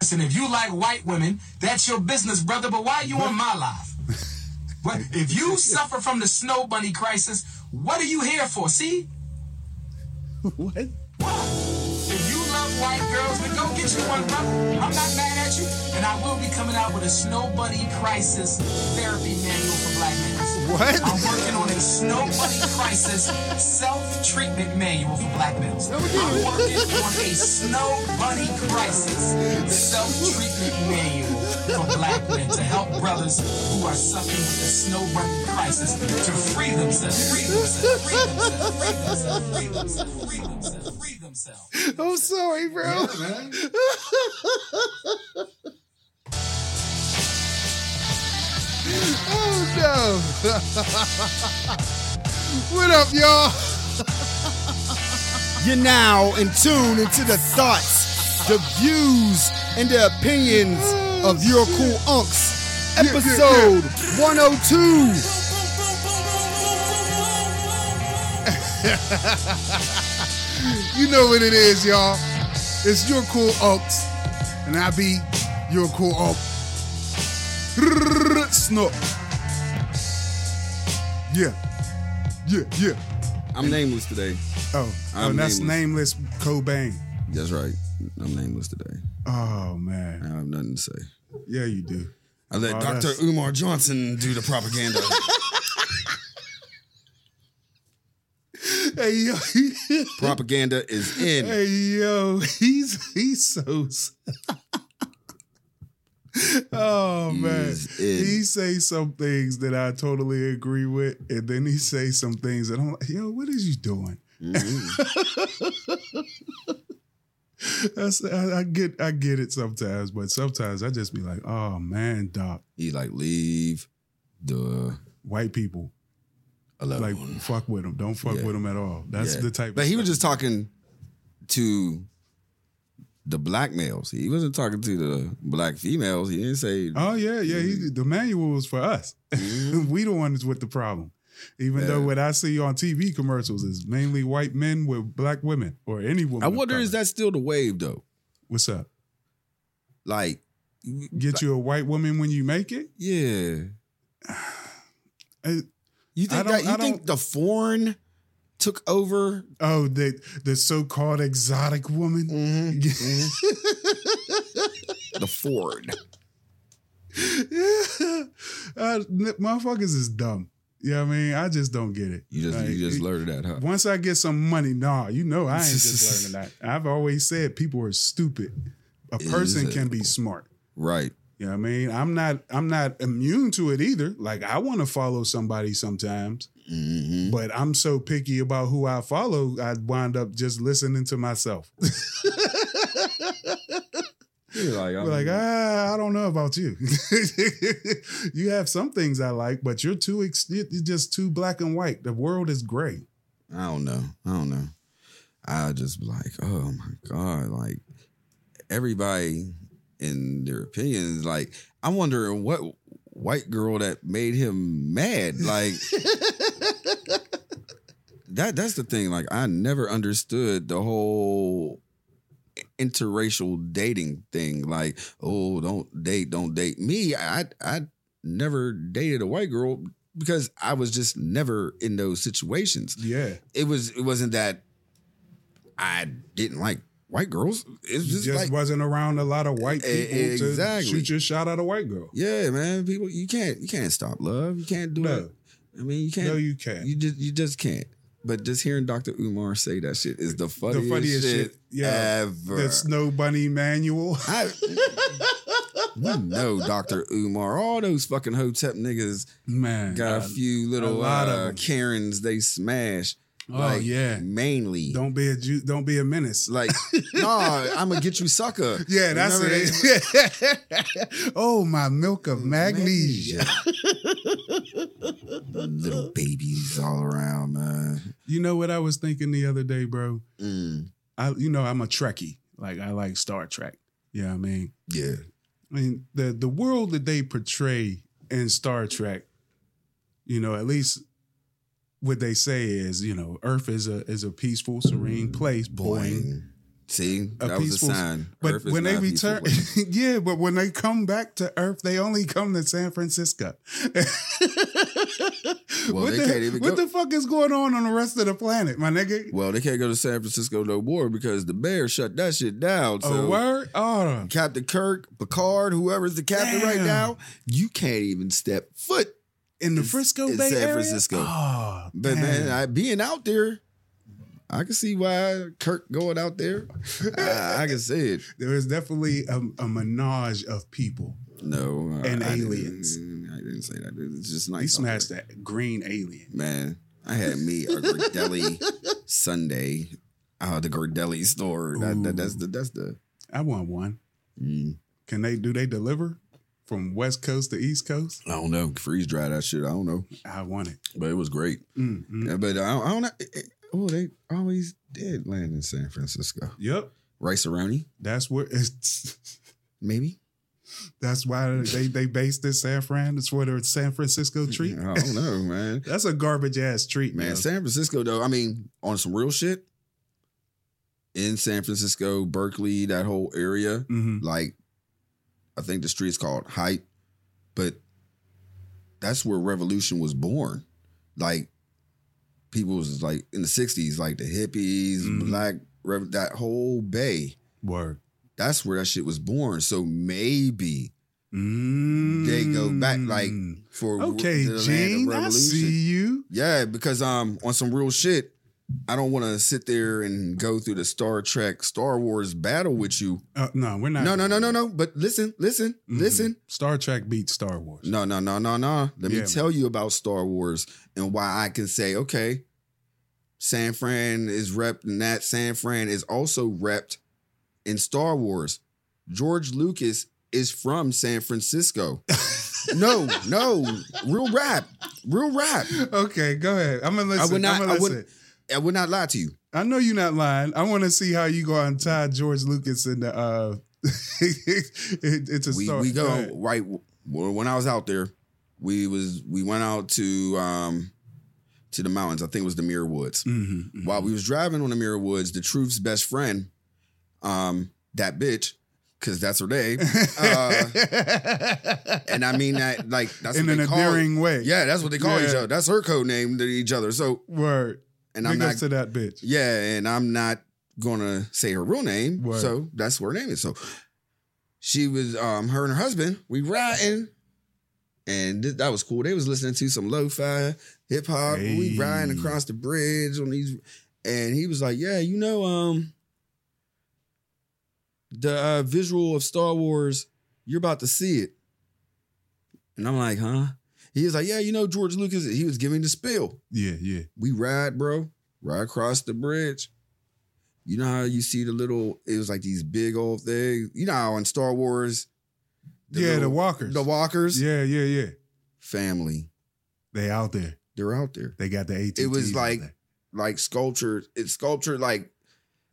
Listen, if you like white women, that's your business, brother. But why are you on my life? What if you suffer from the snow bunny crisis? What are you here for? See? What? If you love white girls, then go get you one, brother. I'm not mad at you, and I will be coming out with a snow bunny crisis therapy manual for black males. What? I'm working on a snow bunny crisis self-treatment manual for black males. I'm working on a snow bunny crisis self-treatment manual for black men to help brothers who are suffering with the snow bunny crisis to free themselves, free themselves, free themselves, free themselves, free themselves, free themselves, free themselves. I'm sorry, bro. man. Oh no. what up, y'all? You're now in tune into the thoughts, the views, and the opinions of your cool unks. Episode 102. You know what it is, y'all. It's your cool unks, and I be your cool unk. Snook. Yeah. Yeah, yeah. I'm nameless today. Oh, oh I'm that's nameless Cobain. That's right. I'm nameless today. Oh I man, have nothing to say. yeah, you do. I let Oh, Dr. that's- Umar Johnson do the propaganda. Hey yo, propaganda is in. hey yo, he's he's so. s- oh man, He's in. he say some things that I totally agree with, and then he say some things that I'm like, yo, what is you doing? Mhm. That's, I, I get I get it sometimes, but sometimes I just be like, oh man, doc, He like leave the white people alone. like fuck with them, don't fuck Oh, Yeah. with them at all. That's Yeah. the type. But of he was stuff. just talking to the black males. He wasn't talking to the black females. He didn't say Oh yeah, yeah. Mm-hmm. He, the manual was for us. we the ones with the problem. Even though Yeah. what I see on TV commercials is mainly white men with black women or any woman. I of wonder color. is that still the wave though? what's up? Like Get you a white woman when you make it. yeah. Uh, You I think don't- that, I you think don't- the foreign took over? Oh, the the so called exotic woman. Mm-hmm. the foreign. uh, n- motherfuckers is dumb. You know what I mean? I just don't get it. You just Like, you just it- learned that, huh? Once I get some money, nah, you know I ain't just learning that. I've always said people are stupid. A person can be Exactly. smart. Right. You know what I mean? I'm not I'm not immune to it either. Like I want to follow somebody sometimes, hmm but I'm so picky about who I follow, I wind up just listening to myself. like, Be like, ah, I don't know about you. you have some things I like, but you're too ex- you're just too black and white. The world is gray. I don't know. I don't know. I just be like, oh my God. Like everybody in their opinions, like, I'm wondering what white girl that made him mad. Like that that's the thing. Like, I never understood the whole interracial dating thing. Like, oh, don't date, don't date. Me, I I never dated a white girl because I was just never in those situations Yeah. it was it wasn't that I didn't like white girls. It's You just, just like wasn't around a lot of white E- people to exactly. shoot your shot at a white girl. yeah, man. People, you can't you can't stop love. You can't do No. it. I mean, you can't. No, you, you can't. just you just can't. But just hearing Dr. Umar say that shit is the funniest, funniest shit, shit, yeah. ever. the snow bunny manual. I, you know, Dr. Umar, all those fucking Hotep niggas Man. got a few little lot of uh, them. Karens they smash. Oh yeah. mainly. Don't be a Jew, don't be a menace. Like, nah, I'm gonna get you sucker. Yeah, that's Remember they- it. oh, my milk of magnesia. Little babies all around, man. You know what I was thinking the other day, bro? Mm, I you know I'm a Trekkie. Like I like Star Trek. Yeah, I mean, yeah. I mean the the world that they portray in Star Trek, you know, at least Mm-hmm. what they say is, you know, Earth is a is a peaceful, serene place. Boing. See, a that peaceful- was a sign. But Earth is when they not a peaceful return, place. yeah, but when they come back to Earth, they only come to San Francisco. Well, what they the, can't even what go- the fuck is going on on the rest of the planet, my nigga? well, they can't go to San Francisco no more because the mayor shut that shit down. A So word? Oh, Captain Kirk, Picard, whoever's the captain right Damn. now, you can't even step foot. in the It's- Frisco it's Bay San Area? Francisco. Oh, But man, damn. I, being out there, I can see why Kirk going out there. I, I can see it. there is definitely a, a menage of people. No, uh, And I- I didn't- aliens. I didn't say that. It's just nice. He out there. smashed that green alien. Man, I had me a Gordelli Sunday. Oh, the Gordelli store. That, that, that's the that's the. I want one. Mm. Can they do they deliver from West Coast to East Coast? I don't know. Freeze dry that shit. I don't know, I want it. but it was great. Mm, mm. Yeah, but I don't, I don't know. It- it- Oh, they always did land in San Francisco. Yep. Rice Aroni, That's where it's maybe. that's why they, they based this San Fran. It's for the San Francisco treat. I don't know, man. That's a garbage ass treat, Man, man. San Francisco though. I mean, on some real shit. In San Francisco, Berkeley, that whole area. Mhm. like I think the street's called Hype, but that's where revolution was born. Like people was like in the '60s, like the hippies, Mhm. black, rev- that whole bay. Word. That's where that shit was born. So maybe they go back like Mm. for okay, the land of Gene. I see you. Yeah, because um on some real shit, I don't want to sit there and go through the Star Trek, Star Wars battle with you. Uh, no, we're not. No, no, no, no, no. But listen, listen, Mhm. listen. Star Trek beats Star Wars. No, no, no, no, no. Let Yeah. me tell you about Star Wars and why I can say, okay, San Fran is repped and that San Fran is also repped in Star Wars. George Lucas is from San Francisco. no, no, real rap, real rap. Okay, go ahead. I'm gonna listen. I would not- I'm gonna I would- listen. I would not lie to you. I know you're not lying. I want to see how you go and tie George Lucas in the. Uh, it, it's a we, Star. we go ahead. right well, when I was out there, we was we went out to um to the mountains. I think it was the Mirror Woods. Mhm, mhm. while we was driving on the mirror woods the truth's best friend um that bitch because that's her name uh, and i mean that like that's in what an they call endearing way. yeah that's what they call each Yeah. other that's her code name to each other so Word. and i'm Big not ups to that bitch. yeah and i'm not gonna say her real name Word. so that's what her name is so she was um her and her husband we riding and th- that was cool. They was listening to some lo-fi hip hop. We Hey. riding across the bridge on these, and he was like, "Yeah, you know, um, the uh, visual of Star Wars, you're about to see it." And I'm like, "Huh?" He was like, "Yeah, you know, George Lucas." He was giving the spill. Yeah, yeah. We ride, bro, ride across the bridge. You know how you see the little? It was like these big old things. You know how in Star Wars, yeah, the little- walkers. the walkers, Yeah, yeah, yeah. family. They out there. They're out there. They got the AT. It was like- Like sculpture, it's sculptured like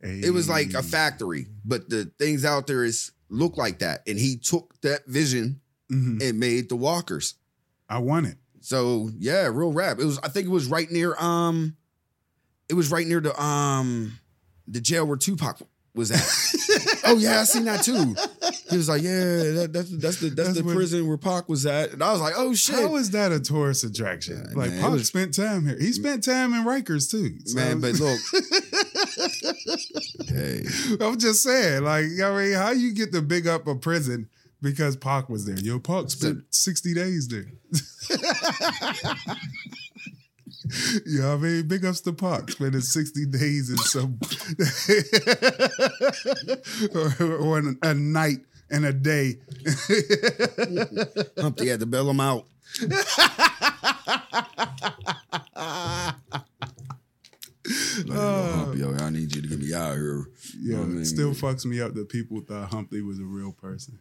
it was like a factory, but the things out there is look like that. And he took that vision and made the walkers. Mm-hmm. I want it. So yeah, real rap. It was I think it was right near um it was right near the um the jail where Tupac was at. oh yeah, I seen that too. He was like, Yeah, that, that's that's the that's, That's the where- prison where Pac was at. And I was like, oh shit. How is that a tourist attraction? Yeah, like man, it Pac was- spent time here. He spent time in Rikers too. So- Man, but look. hey. I'm just saying, like, I mean, how you get to big up a prison because Pac was there? Yo, Pac spent 60 days there. you know what I mean? Big ups to Pac spending 60 days in some or, or an- a night and a day. Humpty had to bail him out. Like, yo, Humpty, yo, I need you to get me out of here. Uh. Yeah, I mean- it still fucks me up that people thought Humphrey was a real person.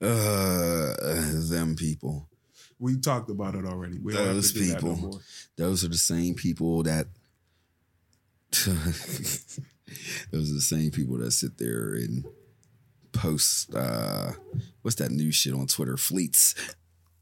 Uh, them people. We talked about it already. We don't have to Those do that no people. more. Those are the same people that. Those are the same people that sit there and post. Uh, what's that new shit on Twitter? Fleets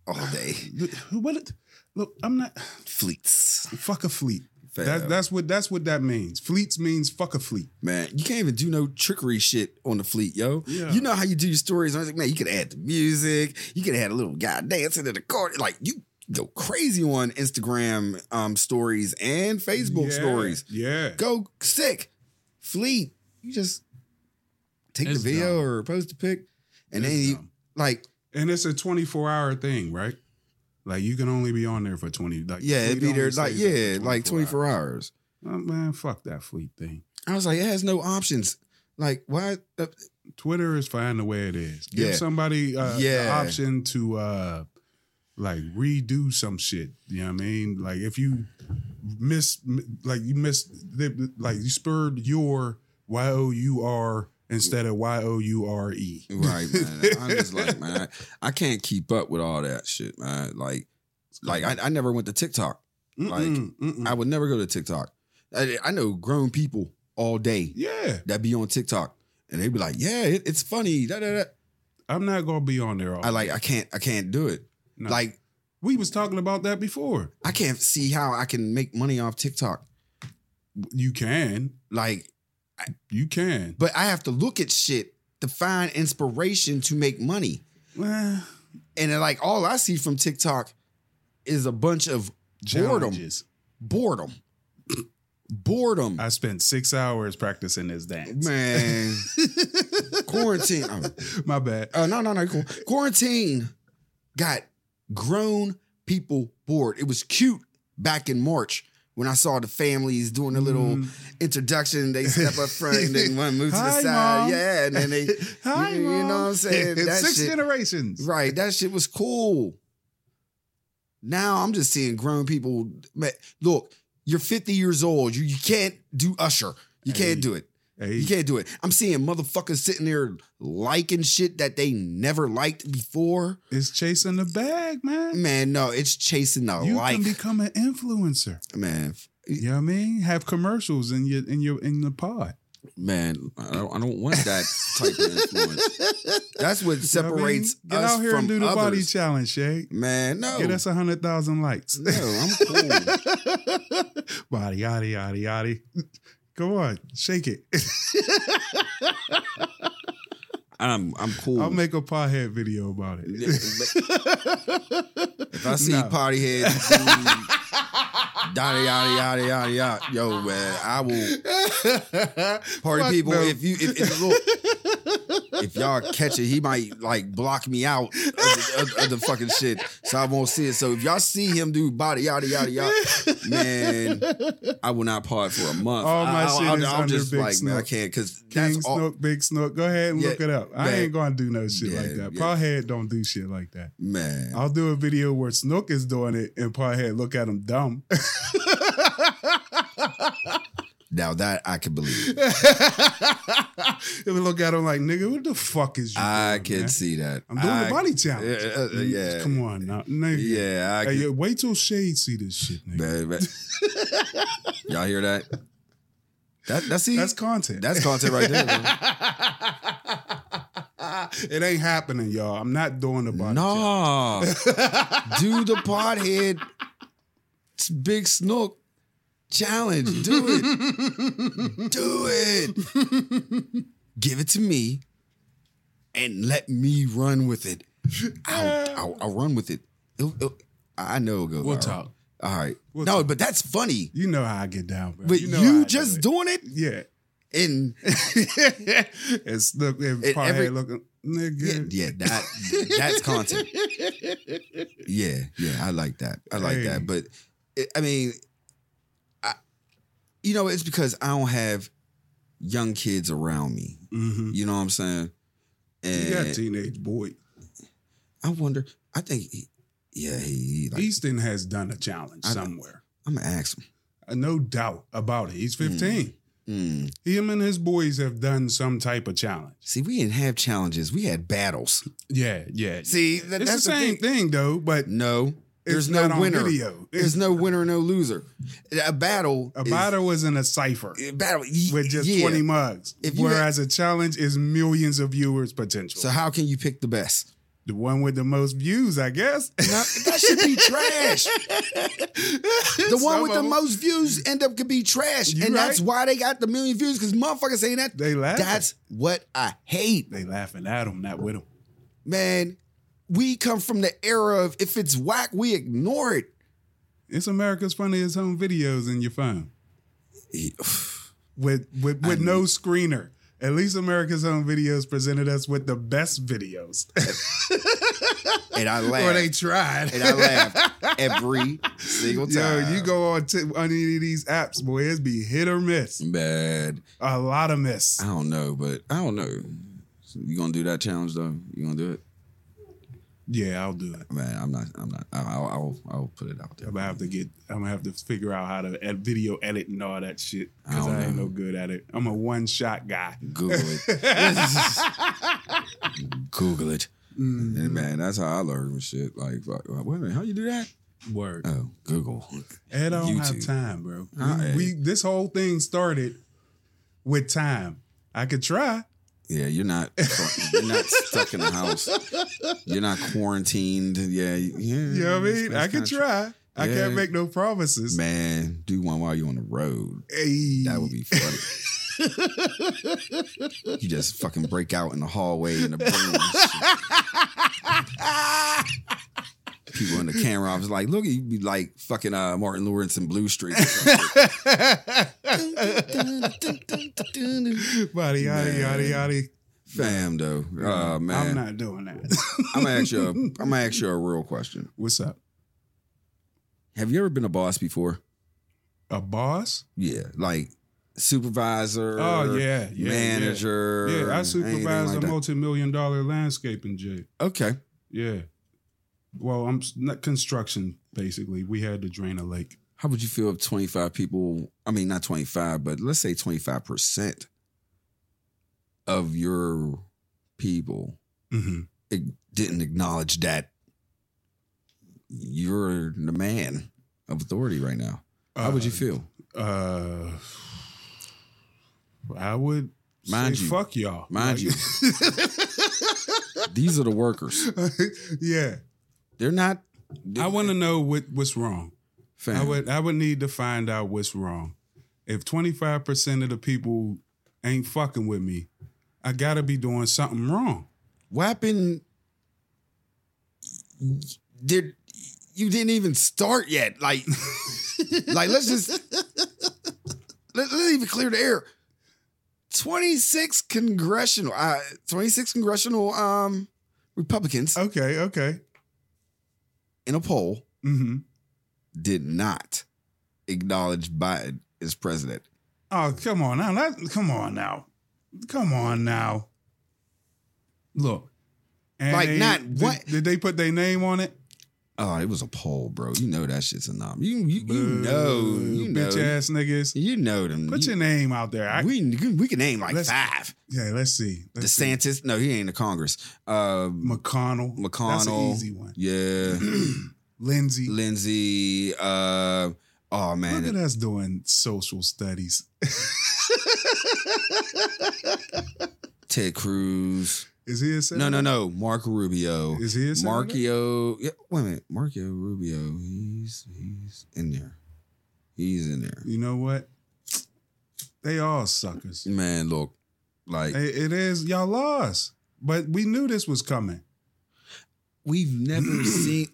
all day. Look, What? Look, I'm not. Fleets. Fuck a fleet. Fab. That, that's what that's what that means. Fleets means fuck a fleet. man, you can't even do no trickery shit on the fleet, yo. Yeah. You know how you do your stories. I was like, man, you could add the music. You could add a little guy dancing in the car. Like you go crazy on Instagram um, stories and Facebook Yeah. stories. Yeah. Go sick, fleet. You just take It's the video or post a pic, and It's then you dumb. like And it's a 24 hour thing, right? Like you can only be on there for 20. Like yeah, Fleet it'd be there only like stays there yeah, for like twenty four hours. hours. Oh, man, fuck that fleet thing. I was like, it has no options. Like why? Uh, Twitter is fine the way it is. Give Yeah. somebody uh, the Yeah. option to uh like redo some shit. You know what I mean? Like if you miss, m- like you miss, like you spurred your Y O U R instead of Y O U R E. Right, man. I'm just like, man, I, I can't keep up with all that shit, man. Like, like I, I never went to TikTok. Like, I would never go to TikTok. I, I know grown people all day yeah, that be on TikTok, and they be like, "Yeah, it, it's funny." Da, da, da. I'm not gonna be on there. All I like, I can't, I can't do it. No. Like, we was talking about that before. I can't see how I can make money off TikTok. You can, Like, you can. but I have to look at shit to find inspiration to make money. Well, And then, like, all I see from TikTok is a bunch of boredom. challenges. boredom. boredom. I spent six hours practicing this dance. Man. Quarantine. Oh, My bad. uh, no, no, no. cool. Quarantine got grown people bored. It was cute back in March when I saw the families doing a little introduction. They step up front and then one moves to the Mm-hmm. Hi, side. Mom. Yeah. And then they, Hi, you, you know Mom. what I'm saying? It's That six shit- generations. Right. That shit was cool. Now I'm just seeing grown people. ma- Look, you're 50 years old. You, you can't do Usher. You can't Hey. do it. Hey, You can't do it. I'm seeing motherfuckers sitting there liking shit that they never liked before. it's chasing the bag, man. Man, no, it's chasing the You Mm, like. can become an influencer. man, f- You know what I mean? Have commercials in your in your in the pod. man, I don't, I don't want that type of influence. That's what You know what I mean? separates Get us out here from and do the others. body challenge, Shay. man, no. Mm. Get us a hundred thousand likes. no, I'm cool. body, yaddy, yaddy, yaddy. Come on, shake it. I'm I'm cool. I'll make a podhead video about it. if I see No. potty head, dude, yada yada yada yada yada, yo man, I will. Party Fuck people, no. if you if, if look, if y'all catch it, he might like block me out of the, of- of the fucking shit, so I won't see it. So if y'all see him do body yada yada yada, man, I will not part for a month. All my I, I, shit I'm, is I'm under just Big like man, I Snook. can't because King that's all. Snook, Big Snook. Go ahead and Yeah, look it up. I man. ain't gonna do no shit like Yeah, that. yeah. Podhead don't do shit like that. Man, I'll do a video where Snook is doing it and Podhead look at him dumb. now that I can believe. He'll look at him like, nigga, what the fuck is you? I doing, can man? see that. I'm doing I- the body challenge. Yeah, uh, uh, yeah. Come on now. Nigga. Yeah, I Hey, can, yo, wait till Shade see this shit, nigga. man, man. y'all hear that? That that's see, That's that's, content. content right there. man. it ain't happening, y'all. I'm not doing the body challenge. nah, do the pothead s- big snook challenge. Do it, do it. Give it to me, and let me run with it. I'll, I'll, I'll run with it. It'll- it'll- I know it'll go. We'll viral. talk. All right. We'll no, talk. but that's funny. You know how I get down, bro. But you, know how I do just it. doing it Yeah. and it's look and And probably every- looking yeah, nigga. yeah, that that's content. Yeah, yeah, I like that. I like Hey. that. But it, I mean, I, you know, it's because I don't have young kids around me. hmm You know what I'm saying? You got And teenage boy. I wonder. I think, he, yeah, he, he like, Easton has done a challenge I- somewhere. I'm gonna ask him. Uh, No doubt about it. He's 15. Mm. Him and his boys have done some type of challenge. See, we didn't have challenges. We had battles. Yeah, yeah. See, that, it's that's the same thing. thing. though, but No, it's there's no not on winner. video. It's, There's no winner, no loser. A battle. a is- battle is in a cipher a battle y- with just yeah. 20 mugs, If you had- whereas a challenge is millions of viewers potential. So how can you pick the best? The one with the most views, I guess. Now, that should be trash. The one Some with of the them, most views end up could be trash, You and that's right. why they got the million views because motherfuckers saying that. They laughing. That's what I hate, They laughing at him, not with him. man. We come from the era of if it's whack, we ignore it. It's America's funniest home videos in your phone Yeah. with with, with no screener. At least America's Home Videos presented us with the best videos, And I or they laughed. tried. and I laughed every single Yo, time. you go on to on any of these apps, boy, it's be hit or miss. bad. A lot of miss. I don't know, but I don't know. You gonna do that challenge though? You gonna do it? Yeah, I'll do it. Man, I'm not. I'm not. I'll. I'll, I'll, I'll put it out there. I'm gonna have to get. I'm gonna have to figure out how to ed- video edit and all that shit because I don't I, ain't know. no good at it. I'm a one shot guy. Google it. Google it. Mm-hmm. And man, that's how I learn with shit. Like, fuck, wait a minute, how you do that? Word. Oh, Google. And I don't have YouTube. time, bro. We- All right. we this whole thing started with time. I could try. Yeah, you're not. You're not stuck in the house. You're not quarantined. Yeah, yeah. You know what I mean? I can could try. I Mm, Yeah. can't make no promises. Man, do one while you're on the road. Hey. That would be funny. you just fucking break out in the hallway in the broom. People in the camera office like, look, you be like fucking uh, Martin Lawrence in Blue Street. Body yada yada Man. yada. Fam though, oh I'm man, I'm, not doing that. gonna ask you. A, I'm gonna ask you a real question. What's up? Have you ever been a boss before? A boss? Yeah, like supervisor. Oh yeah, yeah, yeah. manager. Yeah, I supervised anything a like that? multi-million dollar landscaping jig. Okay, Yeah. Well, I'm s- not construction basically. We had to drain a lake. How would you feel if 25 people, I mean, not 25, but let's say 25% of your people Mm-hmm. ig- didn't acknowledge that you're the man of authority right now? How would you feel? Uh, I would Mind say you. fuck y'all. Mind you, these are the workers. you. yeah. They're not. I want to know what what's wrong. I would I would need to find out what's wrong. If 25% of the people ain't fucking with me, I got to be doing something wrong. Wapping. Did you didn't even start yet? Like, like let's just let, us even clear the air. Twenty six congressional, uh, twenty six congressional um Republicans Okay, okay. in a poll Mm-hmm. did not acknowledge Biden as president. Oh, come on now. Not, come on now. Come on now. Look. And Like, not did- what- Did they put their name on it? Oh, it was a poll, bro. You know that shit's a nom. You you, you know you know bitch ass niggas. you know them. Put You- your name out there. I, we we can name like Let's- five. yeah, let's see. Let's see. DeSantis. No, he ain't in Congress. Uh, McConnell. That's an McConnell. easy one. yeah, Lindsay. Lindsay. Uh, oh man, Look at us doing social studies. Ted Cruz. Is he a senator? No, no, no. Mark Rubio. Is he a senator? Markio. Yeah, wait a minute. Markio Rubio. He's he's in there. He's in there. You know what? They all suckers. Man, look, like It- it is y'all lost, but we knew this was coming. we've never seen.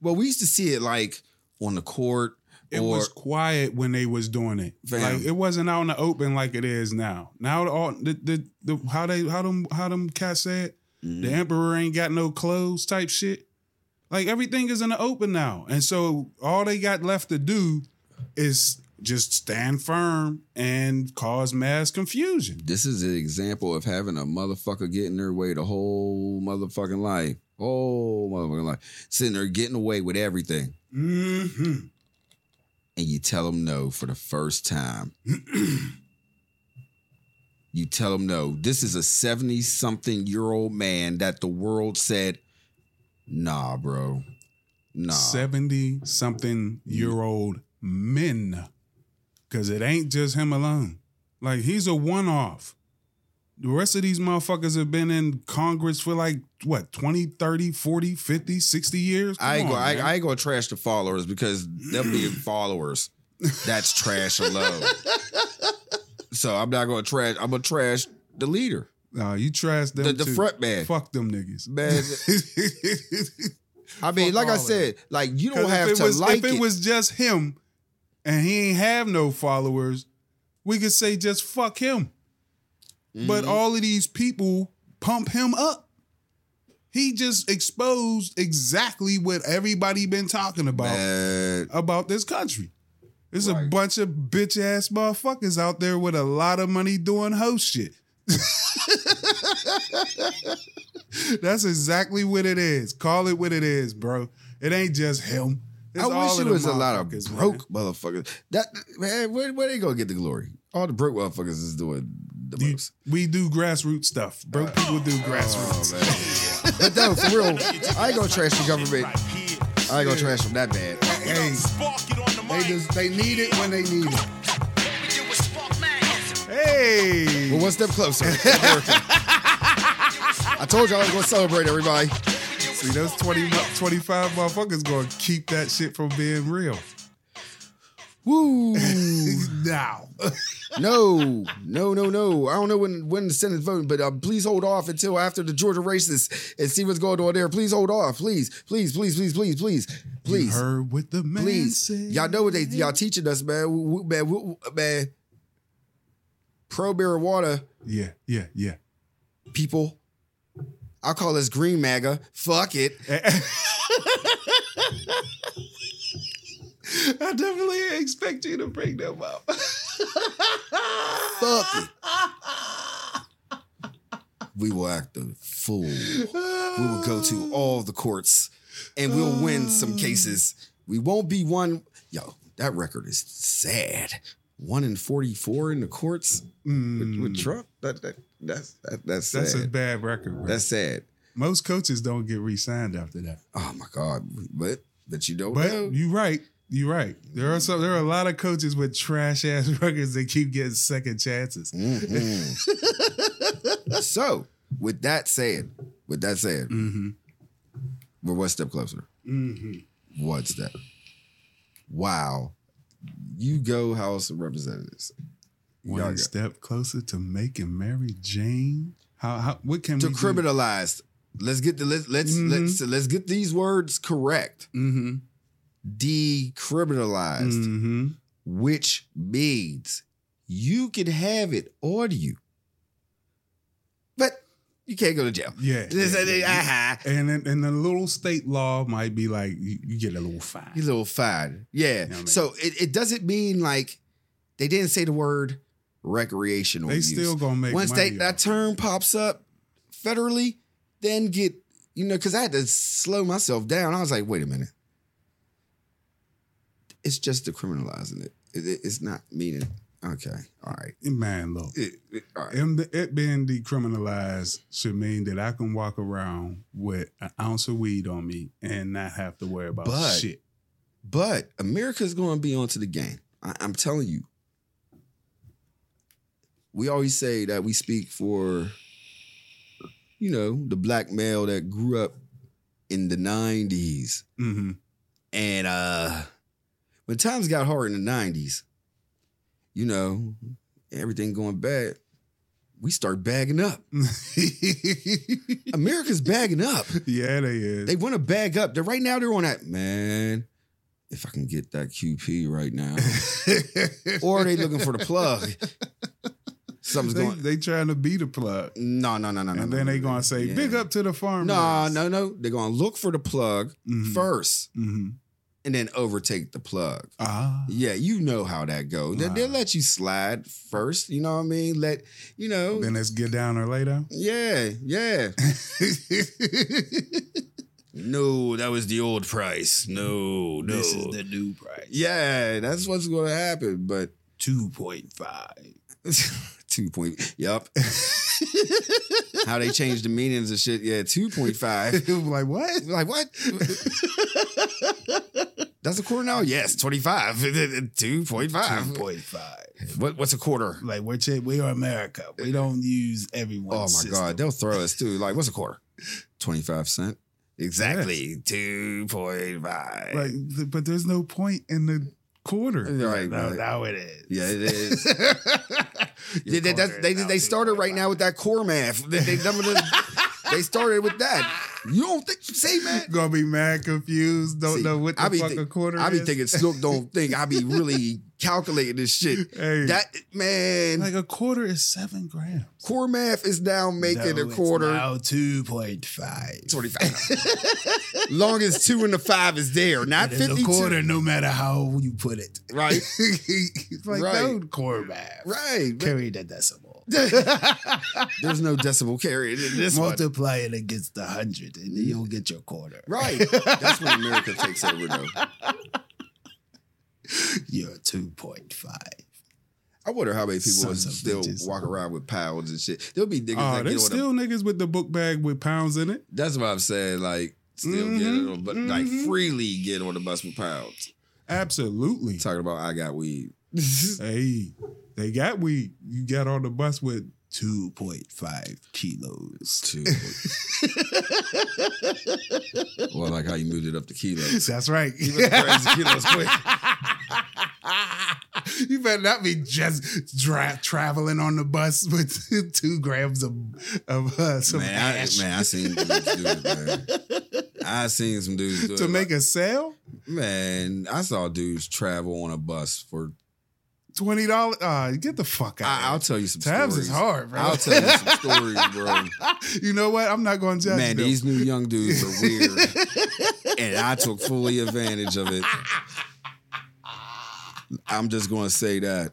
Well, we used to see it like on the court. It or, was quiet when they was doing it. Fam. Like it wasn't out in the open like it is now. Now all the, the, the how they how them how them cats said Mm-hmm. the emperor ain't got no clothes type shit. Like everything is in the open now, and so all they got left to do is just stand firm and cause mass confusion. This is an example of having a motherfucker getting their way the whole motherfucking life. Whole motherfucking life. Sitting there getting away with everything. Mm-hmm. And you tell them no for the first time. you tell them no. This is a 70 something year old man that the world said, nah, bro. Nah. 70 something year old men. Cause it ain't just him alone. Like he's a one off. The rest of these motherfuckers have been in Congress for like what 20, 30, 40, 50, 60 years. I ain't Come go. on, I, man. I ain't gonna trash the followers because them being followers, that's trash alone. so I'm not gonna trash. I'm gonna trash the leader, Nah, you trash them the, the too. front man. Fuck them niggas. Man, I mean, fuck like I all of said, like you don't 'Cause have if it to was, like if it, was just him, and he ain't have no followers, we could say just fuck him. Mm-hmm. But all of these people pump him up. He just exposed exactly what everybody been talking about Man, about this country. There's a Right. bunch of bitch ass motherfuckers out there with a lot of money doing host shit. That's exactly what it is. Call it what it is, bro. It ain't just him. It's I all wish it them was a lot of motherfuckers, man. broke motherfuckers. That man, where, where they gonna get the glory? All the broke motherfuckers is doing the You- most. we do grassroots stuff. Broke people do grassroots. But no, for real, I ain't gonna trash the government. I ain't gonna trash them that bad. Hey, They just they need it when they need it. hey, Well, one step closer. I told you I was gonna celebrate everybody. see those 20, 25 motherfuckers gonna keep that shit from being real. Woo! now, No, no, no, no. I don't know when when the Senate's voting, but uh, please hold off until after the Georgia races and see what's going on there. Please hold off, please, please, please, please, please, please, You please. heard what the man please. said. Y'all know what they y'all teaching us, man. We- we- man, we- man. Pro marijuana Yeah, yeah, yeah. people. I call this green MAGA. Fuck it. I definitely didn't expect you to bring them up. Fuck it. We will act a fool. We will go to all the courts and we'll win some cases. We won't be one. Yo, that record is sad. One in 44 in the courts with, with Trump. That, that, that's, that, that's sad. Mm, That's That's, a bad record. Bro. sad. Most coaches don't get re-signed after that. Oh my God. But, but you don't know. But you're right. You're right. There are some. There are a lot of coaches with trash ass records that keep getting second chances. Mhm. Mm-hmm. so, with that said, with that said, we're one step closer. Mm-hmm. One step. Wow. You go House of Representatives. One Y'all go. step closer to making Mary Jane. How? how what can To we criminalize. Let's get the let's let's Mhm. let's let's get these words correct. Do? Mm-hmm. Decriminalized, Mm-hmm. which means you can have it on you, but you can't go to jail. Yeah. This- yeah, yeah. uh-huh. And then- and the little state law might be like you, you get a little fine. You little fine. Yeah. know what I mean? So it, it doesn't mean like they didn't say the word recreational. They use. still gonna make once money they, off that term pops up federally, then get you know because I had to slow myself down. I was like, wait a minute, it's just decriminalizing it. It- it- it's not meaning. Okay, all right, it. man. Look, It- it- all right. Em- it being decriminalized should mean that I can walk around with an ounce of weed on me and not have to worry about But- shit. But America's going to be onto the game. I, I'm telling you. We always say that we speak for, you know, the black male that grew up in the 90s. Mm-hmm. And uh when times got hard in the 90s, you know, everything going bad, we start bagging up. America's bagging up. Yeah, they is. They want to bag up. They're right now. They're on that man. If I can get that QP right now, or they looking for the plug. Something's they, going. they trying to be the plug, No, no, no, no. and no, then no, they gonna say Yeah. big up to the farmers. No, no, no. They're gonna look for the plug Mhm. first, Mhm. and then overtake the plug. Ah, Yeah, you know how that goes. They, will let you slide first. You know what I mean? Let you know. then let's get down or lay down. yeah, yeah. no, that was the old price. No, no. new price, yeah, that's what's gonna happen. But two point five. two point. Yup. How they change the meanings and shit. Yeah, two point five. like what? Like what? That's a quarter now. Yes, twenty five. Two point five. point five. What, what's a quarter? Like we're ch- we are America. We don't use everyone. Oh my god, they'll throw us too. Like, what's a quarter? Twenty five cent. Exactly two point five. Like, th- but there's no point in the quarter. Right, No, right. now it is. Yeah, it is. Your Yeah, that, that's- quarter they is now they started right now with that core math. They, they, number the- they started with that. You don't think say man? Gonna be mad confused. Don't See, know what the I be fuck think- a quarter I be is. thinking Snoop don't think I be really calculating this shit. Hey. That man, like a quarter is seven grams. core math is now making No, a it's quarter. now two point five. Twenty five. Long as two and the five is there, not It is fifty a two. quarter, no matter how you put it. Right, it's like Right. no core math. right. Carry the decimal. There's no decimal carried in this one. Multiply it against the hundred, and you'll get your quarter. Right. That's when America takes over though. You're two point five. I wonder how many people Sons of still bitches. walk around with pounds and shit. There'll be niggas Oh, that get there's on still a, niggas with the book bag with pounds in it. That's what I'm saying. Like still get Mm-hmm, it on, but like mhm. freely get on the bus with pounds. Absolutely. Talking about I got weed. Hey, they got weed. You got on the bus with Two point five kilos. Two. well, I like how you moved it up to kilos. That's right. Crazy kilos quick. you better not be just dra- traveling on the bus with two grams of of uh, some Man, I, hash man, I seen dudes do it, man. I seen some dudes do to it. make a sale. man, I saw dudes travel on a bus for. Twenty dollars. Uh, get the fuck out. I, I'll tell you some Tabs is stories. hard, bro. I'll tell you some stories, bro. you know what? I'm not going to judge Man, them. these new young dudes are weird. and I took fully advantage of it. I'm just going to say that.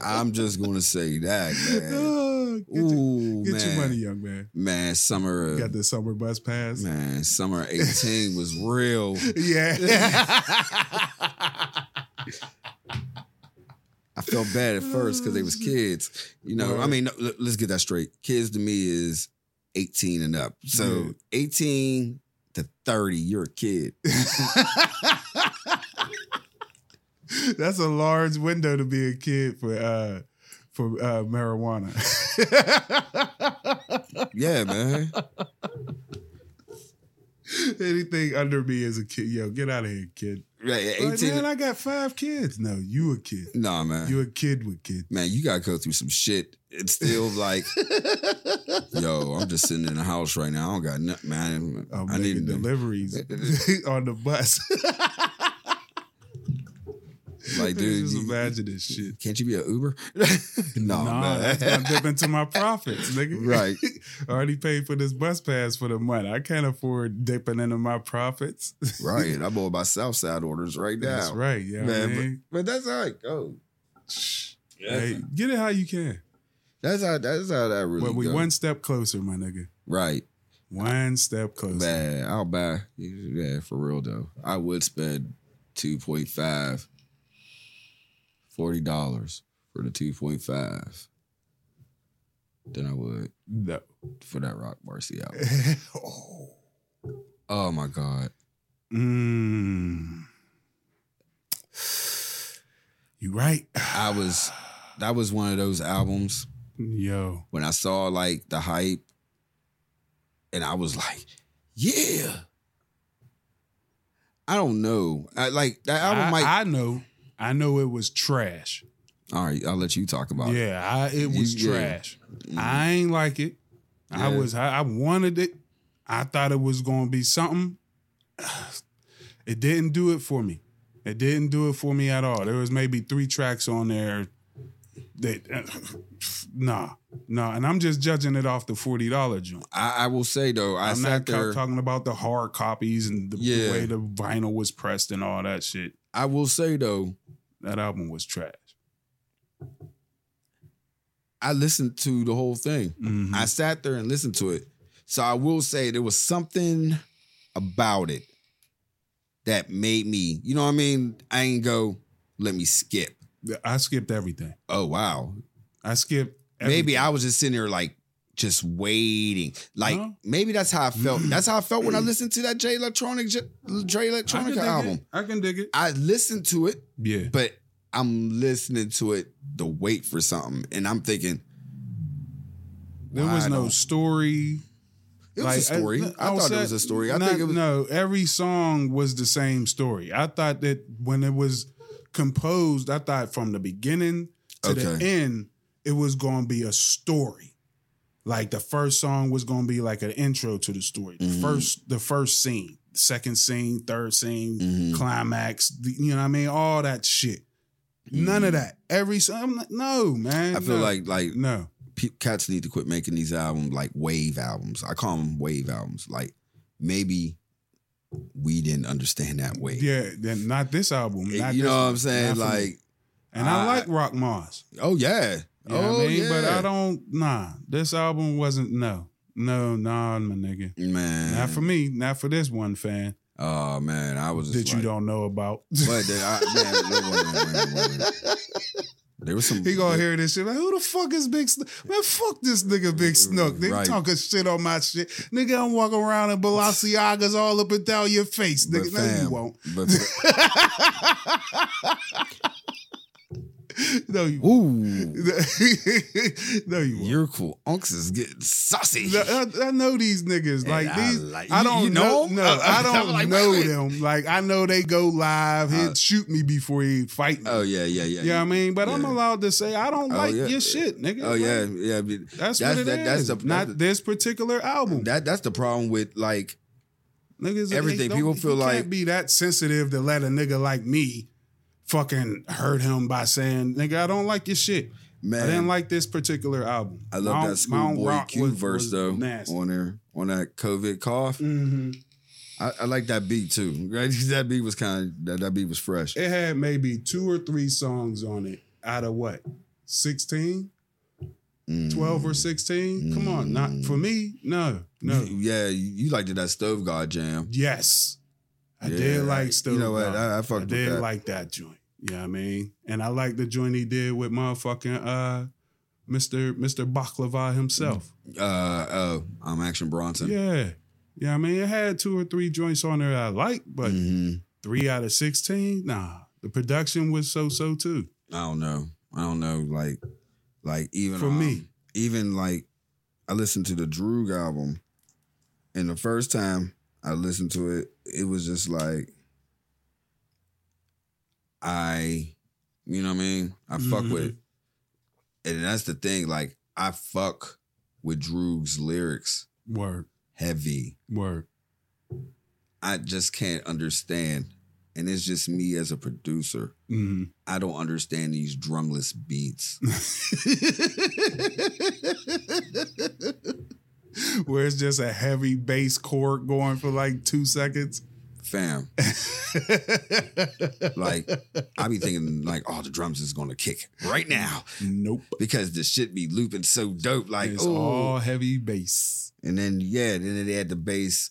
I'm just going to say that, man. Oh, get your, Ooh, get man. your money, young man. Man, summer. Got the summer bus pass. Man, summer 18 was real. Yeah. I felt bad at first because they was kids. You know, I Right. mean, l- let's get that straight. Kids to me is 18 and up. So Yeah. 18 to 30, you're a kid. That's a large window to be a kid for uh for uh marijuana. Yeah, man. Anything under me is a kid. Yo, get out of here, kid. Right, Like, 18. man, I got five kids. No, you a kid. nah, man. You a kid with kids. man, you gotta go through some shit. It's still like, yo, I'm just sitting in the house right now. I don't got nothing, man. I'm I Oh, making need to deliveries on the bus. like, dude, Just you- imagine this shit. can't you be an Uber? no, Nah, man. that's gonna dip into my profits, nigga. Right. I already paid for this bus pass for the month. I can't afford dipping into my profits. right. I'm on my South Side orders right now. That's right, yeah. man. Man. But, but that's how it goes. Hey, get it how you can. That's how that's how that really But we goes. one step closer, my nigga. right. One step closer. Man, I'll buy. Yeah, for real though. I would spend two point five. Forty dollars for the two point five. Then I would No. for that Rock Marcy album. Oh my god. Mm. You right. I was that was one of those albums Yo. when I saw like the hype and I was like, yeah. I don't know. I, like that album I, might I know. I know it was trash. All right, I'll let you talk about it. Yeah, I, it You- was yeah. trash. I ain't like it. I Mm-hmm. Yeah. was I, I wanted it. I thought it was gonna be something. It didn't do it for me. It didn't do it for me at all. There was maybe three tracks on there that nah. Nah. And I'm just judging it off the forty dollar joint. I, I will say though, I I'm sat not there. ca- talking about the hard copies and the, the Yeah. way the vinyl was pressed and all that shit. I will say though, That album was trash. I listened to the whole thing. Mhm. I sat there and listened to it. So I will say there was something about it that made me, you know what I mean? I ain't go, let me skip. I skipped everything. Oh wow. I skipped Maybe I was just sitting there like just waiting. Like No. maybe that's how I felt. That's how I felt when I listened to that J Electronic J, Dre Mm. I can Electronica dig album. It. I can dig it. I listened to it, Yeah. but I'm listening to it to wait for something, and I'm thinking There was Why no don't- story. it was Like, uh, a story. n- I, thought said- it was a story. I not- think it was no. Every song was the same story. I thought that when it was composed, I thought from the beginning to the Okay. end, it was going to be a story. Like the first song was going to be like an intro to the story. The Mhm. first, the first scene, second scene, third scene, Mhm. climax. the- You know what I mean? All that shit. None of that. Every song. I'm like, no, man. Mm-hmm. I feel no. like like no. pe- cats need to quit making these albums like wave albums. I call them wave albums. Like maybe we didn't understand that wave. Yeah, then not this album. not you this know what one, I'm saying? not for me. Like, and I, I- like Rock Moss. oh yeah, You know oh what I mean? yeah, But I don't. Nah, this album wasn't. No, no, nah, my nigga. man. Not for me. Not for this one fan Oh man, I was just that you like- don't know about. But then I, man, no, wait, wait, wait, wait, wait. there was some. He gonna hear this shit like, who the fuck is Big Snook? Man, fuck this nigga Big Snook. They Right. talking shit on my shit. Nigga, I'm walking around in Balenciagas all up and down your face, But nigga. No, you fam, won't. But No, you won't. ooh, no, you won't. your cool unks is getting saucy. No, I, I know these niggas. And Like I these, I, like- don't you- you know. know 'em? No, Uh, I I'm don't like, know wait, wait. them. Like I know they go live. He'd Uh, shoot me before he fight me. oh yeah, yeah, yeah. you know what I mean? But I'm yeah. allowed to say I don't Oh, like yeah. your shit, nigga. Oh Like, yeah, yeah. I mean, that's, That's- what it is. that- that's the- Not that's the- this particular album. that that's the problem with like Niggas, everything. don't- People feel you like- can't be that sensitive to let a nigga like me fucking hurt him by saying, "Nigga, I don't like your shit." man. I didn't like this particular album. I love that schoolboy Q verse though Nasty. on there on that COVID cough. Mhm. I, I like that beat too. Right? That beat was kind of that, that beat was fresh. It had maybe two or three songs on it out of what? 16? Mm. 12 or 16? Come on, not for me. No, no. You- yeah, you, you liked that Stove God jam. Yes. I Yeah, did like Stove. You know what? Dog. I, I I fucked with did that. like that joint. You know what I mean? And I like the joint he did with motherfucking uh Mr. Mr. Baklava himself. uh, uh, I'm Action Bronson. Yeah. You know what I mean? It had two or three joints on there I like, but Mhm. three out of 16? Nah. The production was so so too. I don't know. I don't know. Like, like even For um, me. even like I listened to the Droog album, and the first time I listened to it, it was just like I, you know what I mean? I fuck Mm-hmm. with it, and that's the thing. Like I fuck with Droog's lyrics Word, heavy. word. I just can't understand, and it's just me as a producer. Mm-hmm. I don't understand these drumless beats. where it's just a heavy bass chord going for like two seconds. fam. like I be thinking like, oh, the drums is gonna kick right Mm. now Nope. because the shit be looping so dope. Like, it's oh, all heavy bass. and then yeah, then they add the bass.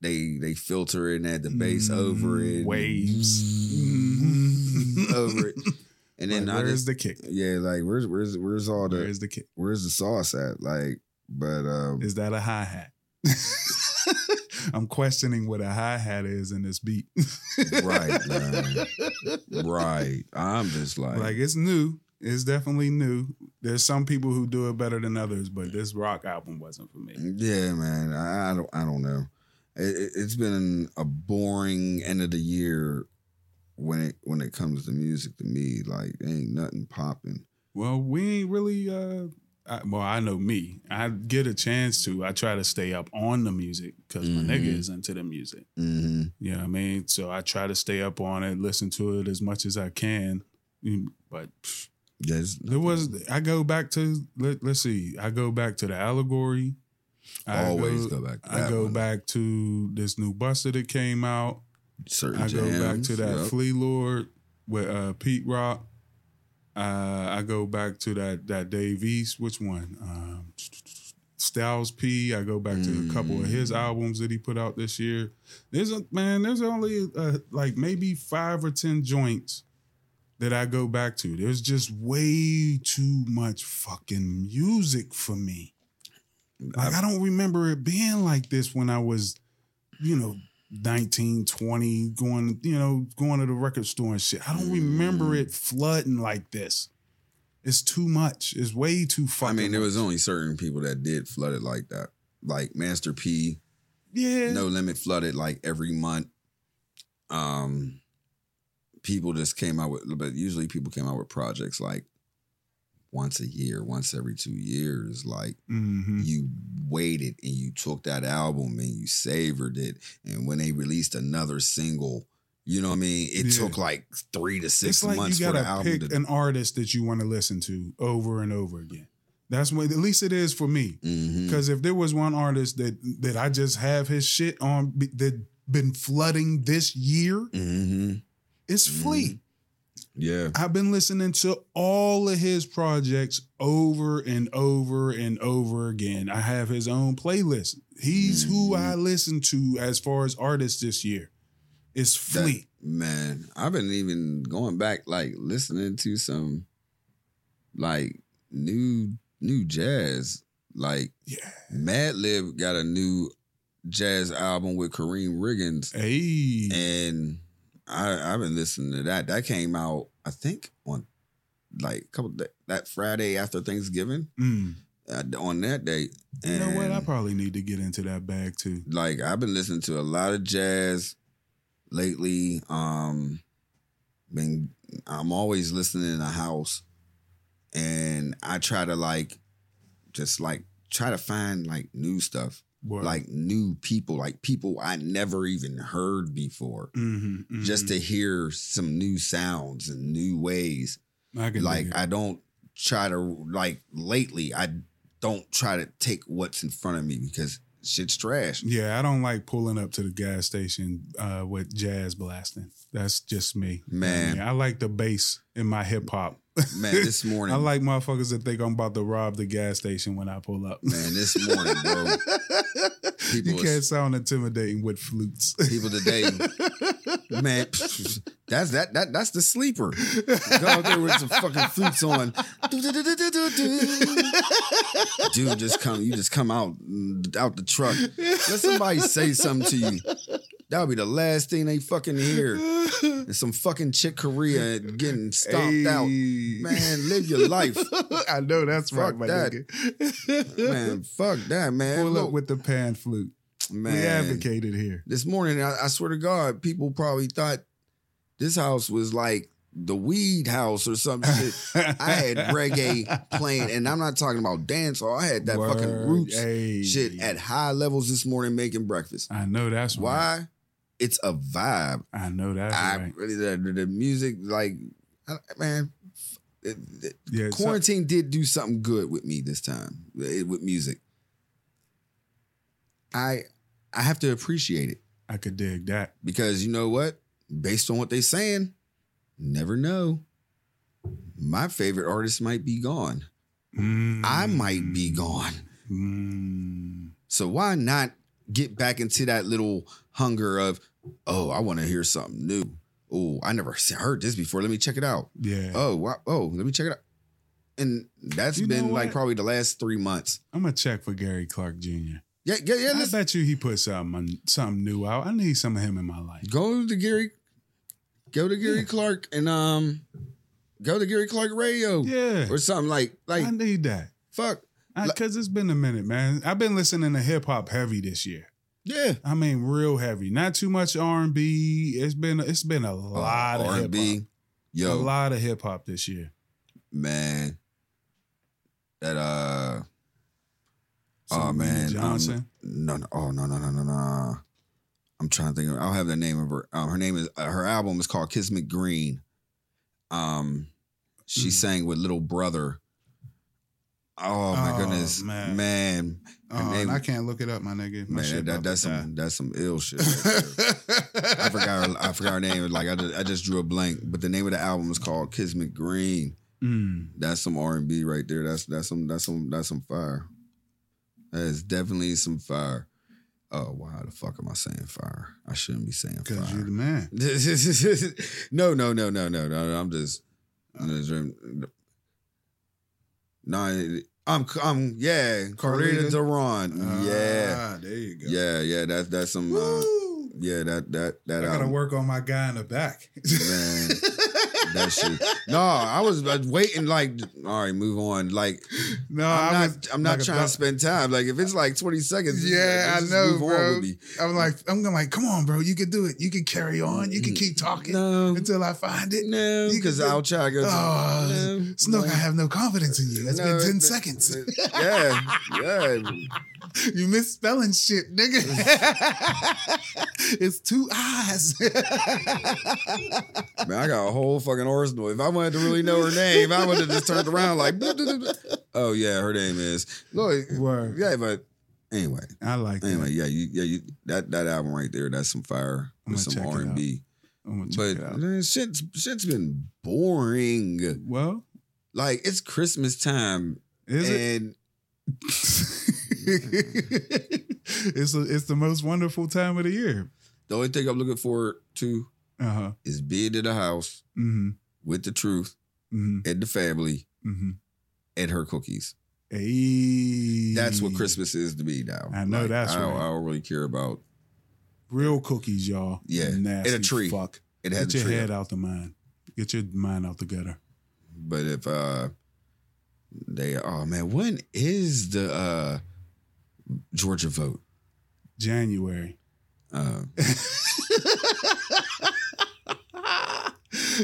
They they filter it and add the bass over Mm, it, Mm-hmm. Waves. Mhm. over it, and then Like, I where's just the kick? yeah, like where's where's where's all the Where's the kick? where's the sauce at? Like, but um, Is that a hi hat? I'm questioning what a hi hat is in this beat. right, man. right. I'm just like, Like it's new. It's definitely new. There's some people who do it better than others, but this rock album wasn't for me. Yeah, man. I, I don't. I don't know. It, it, it's been a boring end of the year when it when it comes to music to me. Like ain't nothing popping. Well, we ain't really. Uh, I, well, I know me. I get a chance to. I try to stay up on the music because Mhm. my nigga is into the music. hmm You know what I mean? So I try to stay up on it, listen to it as much as I can. Mm, But pff, Yes. there was. I go back to. Let, let's see. I go back to the allegory. I always go. go, back. To I that go one. back to this new Buster that came out. Certain I go back jams, to that yep. Flea Lord with uh, Pete Rock. Uh, I go back to that that Dave East. Which one? Um, Styles P. I go back to a couple of Mm. his albums that he put out this year. There's a man. There's only uh, like maybe five or ten joints that I go back to. There's just way too much fucking music for me. Like I don't remember it being like this when I was, you know, 19, 20, going, you know, going to the record store and shit. I don't remember Mm. it flooding like this. It's too much. It's way too I fucking. mean, there was only certain people that did flood it like that. Like Master P, yeah. No Limit flooded like every month. Um, people just came out with, but usually people came out with projects like once a year, once every two years. Like Mhm. you waited and you took that album and you savored it. And when they released another single, you know what I mean? It Yeah. took like three to six It's like months you for the gotta album pick to. an artist that you want to listen to over and over again. That's what at least it is for me. Mhm. Because if there was one artist that that I just have his shit on be- that been flooding this year, Mhm. it's Mhm. Fleet. Yeah. I've been listening to all of his projects over and over and over again. I have his own playlist. He's who I Mm. listen to as far as artists this year. It's that- Fleet. man, I've been even going back, like listening to some like new new jazz. Like Yeah. Madlib got a new jazz album with Kareem Riggins, Hey. and I, I've been listening to that. That came out, I think, on like a couple that, that Friday after Thanksgiving. Mm. Uh, on that day, You and know what? I probably need to get into that bag too. like I've been listening to a lot of jazz lately. Um been I'm always listening in the house and I try to like just like try to find like new stuff. Boy. Like new people, like people I never even heard before. Mhm, mhm. Just to hear some new sounds and new ways I can like dig it. I don't try to like lately I don't try to take what's in front of me because shit's trash. yeah, I don't like pulling up to the gas station uh, with jazz blasting. That's just me, Man. Yeah, I like the bass in my hip hop. Man, this morning I like motherfuckers that think I'm about to rob the gas station when I pull up. man, this morning, bro. People you can't sound intimidating with flutes. people today man that's that that that's the sleeper. Go out there with some fucking flutes on. Dude just come you just come out mm, out the truck. Let somebody say something to you. That'll be the last thing they fucking hear. And some fucking chick Korea getting stomped out. Man, live your life. I know that's Fuck right, my that. nigga. Man, fuck that, man. Pull up Look, with the pan flute. We man. advocated here. This morning, I, I swear to God, people probably thought this house was like the weed house or some shit. I had reggae playing, and I'm not talking about dance. Or I had that fucking Word, roots ayy. shit at high levels this morning making breakfast. I know that's right. Why? It's a vibe. I know that's I right. really the, the music like I- man. it- it- Yeah, so- quarantine did do something good with me this time it- with music. I I have to appreciate it I could dig that. because you know what? Based on what they saying, never know. My favorite artist might be gone. Mm, I might be gone. mm. So why not get back into that little hunger of, oh, I want to hear something new. Oh, I never s- heard this before. Let me check it out. Yeah. Oh, wow. Oh, let me check it out. And that's You know been like what? probably the last three months. I'm gonna check for Gary Clark Jr. Yeah, yeah, yeah. I Let's bet you he put something something new out. I need some of him in my life. go to Gary. Go to Gary Clark and um, go to Gary Clark Radio Yeah, or something like like I need that fuck because it's been a minute, man. I've been listening to hip hop heavy this year. yeah. I mean, real heavy. Not too much R and B. It's been it's been a lot of hip hop. R&B. A Yo, lot of hip hop this year. man. That uh Some oh Rita man. um, Johnson. no, no, oh no, no, no, no, no. I'm trying to think. Of, I'll have the name of her. Uh, her name is uh, her album is called Kiss McGreen. Um, she Mm. sang with Little Brother. Oh my Oh, goodness, man. man, man, Oh, and they- and I can't look it up, my nigga. My shit that, that, about that's to die. some that's some ill shit. right there. I forgot. Her, I forgot her name. Like I just, I just drew a blank. But the name of the album is called Kismet Green. Mm. That's some R and B right there. That's that's some that's some that's some fire. That is definitely some fire. Oh, why the fuck am I saying fire? I shouldn't be saying Cause you fire. the man. no, no, no, no, no, no. I'm just. I'm just no, it- I'm I'm yeah, Carlita? Carlita Duran. yeah, Ah, there you go. yeah, yeah. That's that's some. Uh, Woo! yeah, that that that I gotta album, work on my guy in the back. man. that shit. No, I was like, waiting. Like, all right, move on. Like, no, I'm Uh, I not. was I'm not like a trying to duck. spend time. Like, if it's like 20 seconds, just, Yeah, like, I just know, move on bro. with me. I'm like, I'm gonna like, come on, bro, you can do it. You can carry on. You can keep talking Mm, No. until I find it. No, You because can do- I'll try to go. Oh, no, Snook, no. I have no confidence in you. It's No, been ten it's- seconds. yeah, yeah. you misspelling shit, nigga. it's two eyes. Man, I got a whole fucking arsenal. If I wanted to really know her name, I would have just turned around like, "Duh, duh, duh, duh." oh yeah, her name is. Look, Word. yeah, but anyway, I like that. anyway, yeah, you, yeah, you, that that album right there, that's some fire, I'm gonna that's some check it R out. and B. I'm gonna check But it out. man, shit's shit's been boring. Well, Like it's Christmas time, is it? and it's a, it's the most wonderful time of the year. the only thing I'm looking forward to Uh huh. is being in the house Mm-hmm. with the truth Mm-hmm. and the family Mm-hmm. and her cookies. Hey. That's what Christmas is to me now. I know that's I don't, right. I don't really care about Real cookies, y'all. Yeah, Nasty and a tree. Fuck. it. Has Get your a tree head out the mind. Get your mind out the gutter. But if uh they oh man, when is the uh Georgia vote? January. Uh,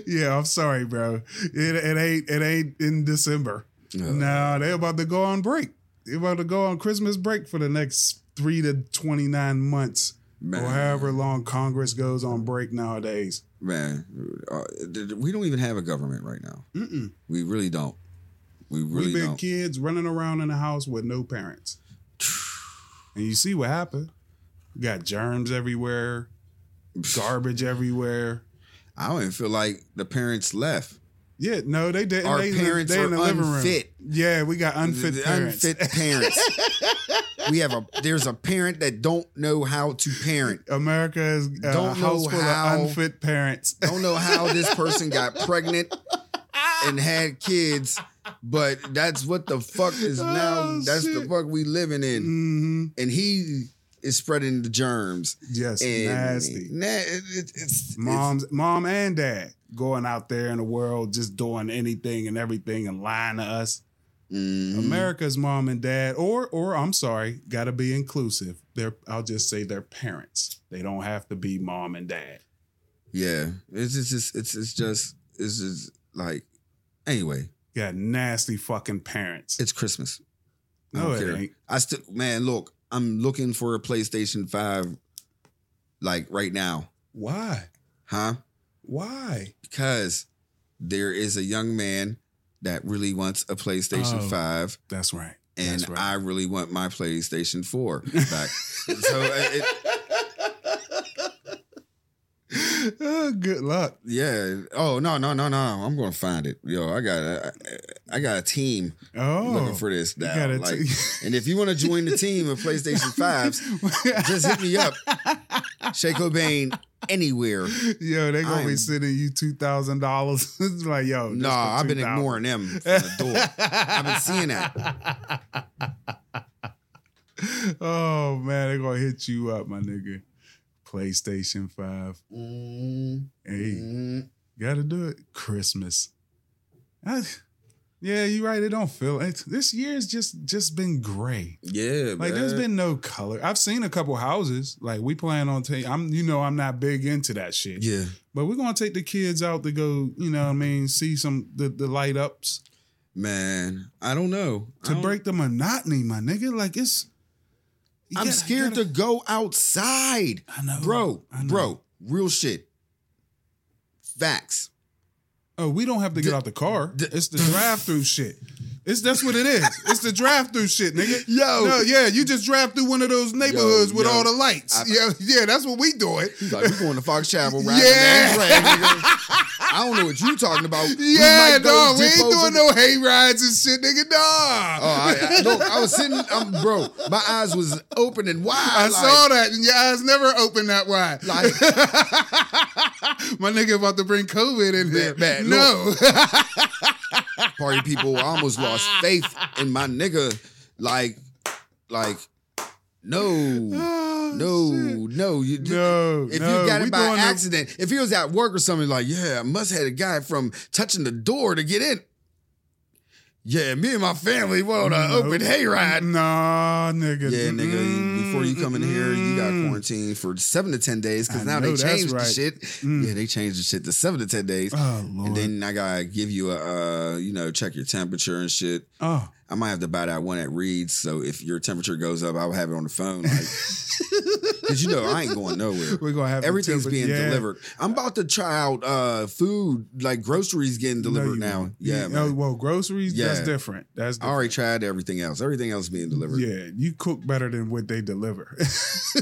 yeah, I'm sorry, bro. It, it ain't it ain't in December. uh, No, they about to go on break. They about to go on Christmas break for the next three to twenty nine months, man, or however long Congress goes on break nowadays. man, uh, th- th- we don't even have a government right now. Mm-mm. We really don't. We really we been don't. kids running around in the house with no parents, and you see what happened. You got germs everywhere, garbage everywhere. I don't even feel like the parents left. Yeah, no, they didn't. Our they, parents they in are the living unfit. room. Yeah, we got unfit The parents. Unfit parents. we have a there's a parent that don't know how to parent. America is uh, a Don't know house full how- of unfit parents. Don't know how this person got pregnant and had kids, but that's what the fuck is now. Oh, That's the shit. fuck we living in. hmm and he is spreading the germs. Yes, And nasty. na- it- it- it's, it's- Moms, mom and dad going out there in the world just doing anything and everything and lying to us. Mhm. America's mom and dad, or or I'm sorry, gotta be inclusive. They're I'll just say they're parents. They don't have to be mom and dad. Yeah, it's it's just it's it's just it's just like anyway. You got nasty fucking parents. It's Christmas. I no, don't it care. ain't. I still man, look, I'm looking for a PlayStation Five, like right now, Why? huh? Why? Because there is a young man that really wants a PlayStation Oh. Five. That's right. and That's right. I really want my PlayStation 4 back. so uh, it, it- Oh, good luck. yeah. Oh no no no no! I'm gonna find it, yo. I got a, I, I got a team Oh, looking for this you now. gotta like, t- and if you want to join the team of PlayStation Fives, just hit me up, Shake Cobain anywhere. Yo, they gonna I'm- be sending you two thousand dollars. like, yo, this Nah, for I've been 2,000. ignoring them from the door. I've been seeing that. Oh man, they gonna hit you up, my nigga. PlayStation Five. Mm-hmm. Hey, Mm, gotta do it. Christmas. I- yeah, you're right. It don't feel it. This year's just just been gray. Yeah, Like there's man. been no color. I've seen a couple houses. Like we plan on taking. I'm you know I'm not big into that shit. yeah. But we're gonna take the kids out to go, you know what I mean, see some the, the light ups Man, I don't know. I to don't- break the monotony, my nigga. Like it's you I'm gotta- scared gotta- to go outside. I know. Bro, I know. bro, real shit. Facts. Oh, we don't have to get out the car. it's the drive through shit. It's that's what it is. It's the drive through shit, nigga. Yo. No, yeah, you just drive through one of those neighborhoods with yo. all the lights. I- yeah, yeah, that's what we doing. He's like, we going to Fox Chapel right Yeah. I don't know what you talking about. We Yeah, might go dog, we dip ain't over doing the- no hay rides and shit, nigga. Nah. Oh, I, I, look, I was sitting, I'm, bro, my eyes was open and wide. I like, saw that, and your eyes never open that wide. Like, My nigga about to bring COVID in here. Man, man, no, party people I almost lost faith in my nigga. Like, like, no. Oh, No, shit. no, you No, If no, you got we it by doing the- accident, if he was at work or something, like yeah, I must had a guy from touching the door to get in. Yeah, me and my family went on an Nope. open hayride. Nah, nigga. Yeah, nigga. you- Before you come in here, you got Mm. quarantined for seven to ten days because I now they know that's changed the right. shit. Mm. Yeah, they changed the shit to seven to ten days, Oh lord. and then I gotta give you a, uh, you know, check your temperature and shit. oh, I might have to buy that one at Reed's. So if your temperature goes up, I'll have it on the phone. Like, cause you know I ain't going nowhere. we're gonna have the Everything's temper- being Yeah. delivered. I'm about to try out uh, food, like groceries getting No, delivered you now. won't. Yeah, You- man. oh, well, groceries. That's Yeah. different. That's I different. already tried everything else. Everything else being delivered. Yeah, you cook better than what they deliver.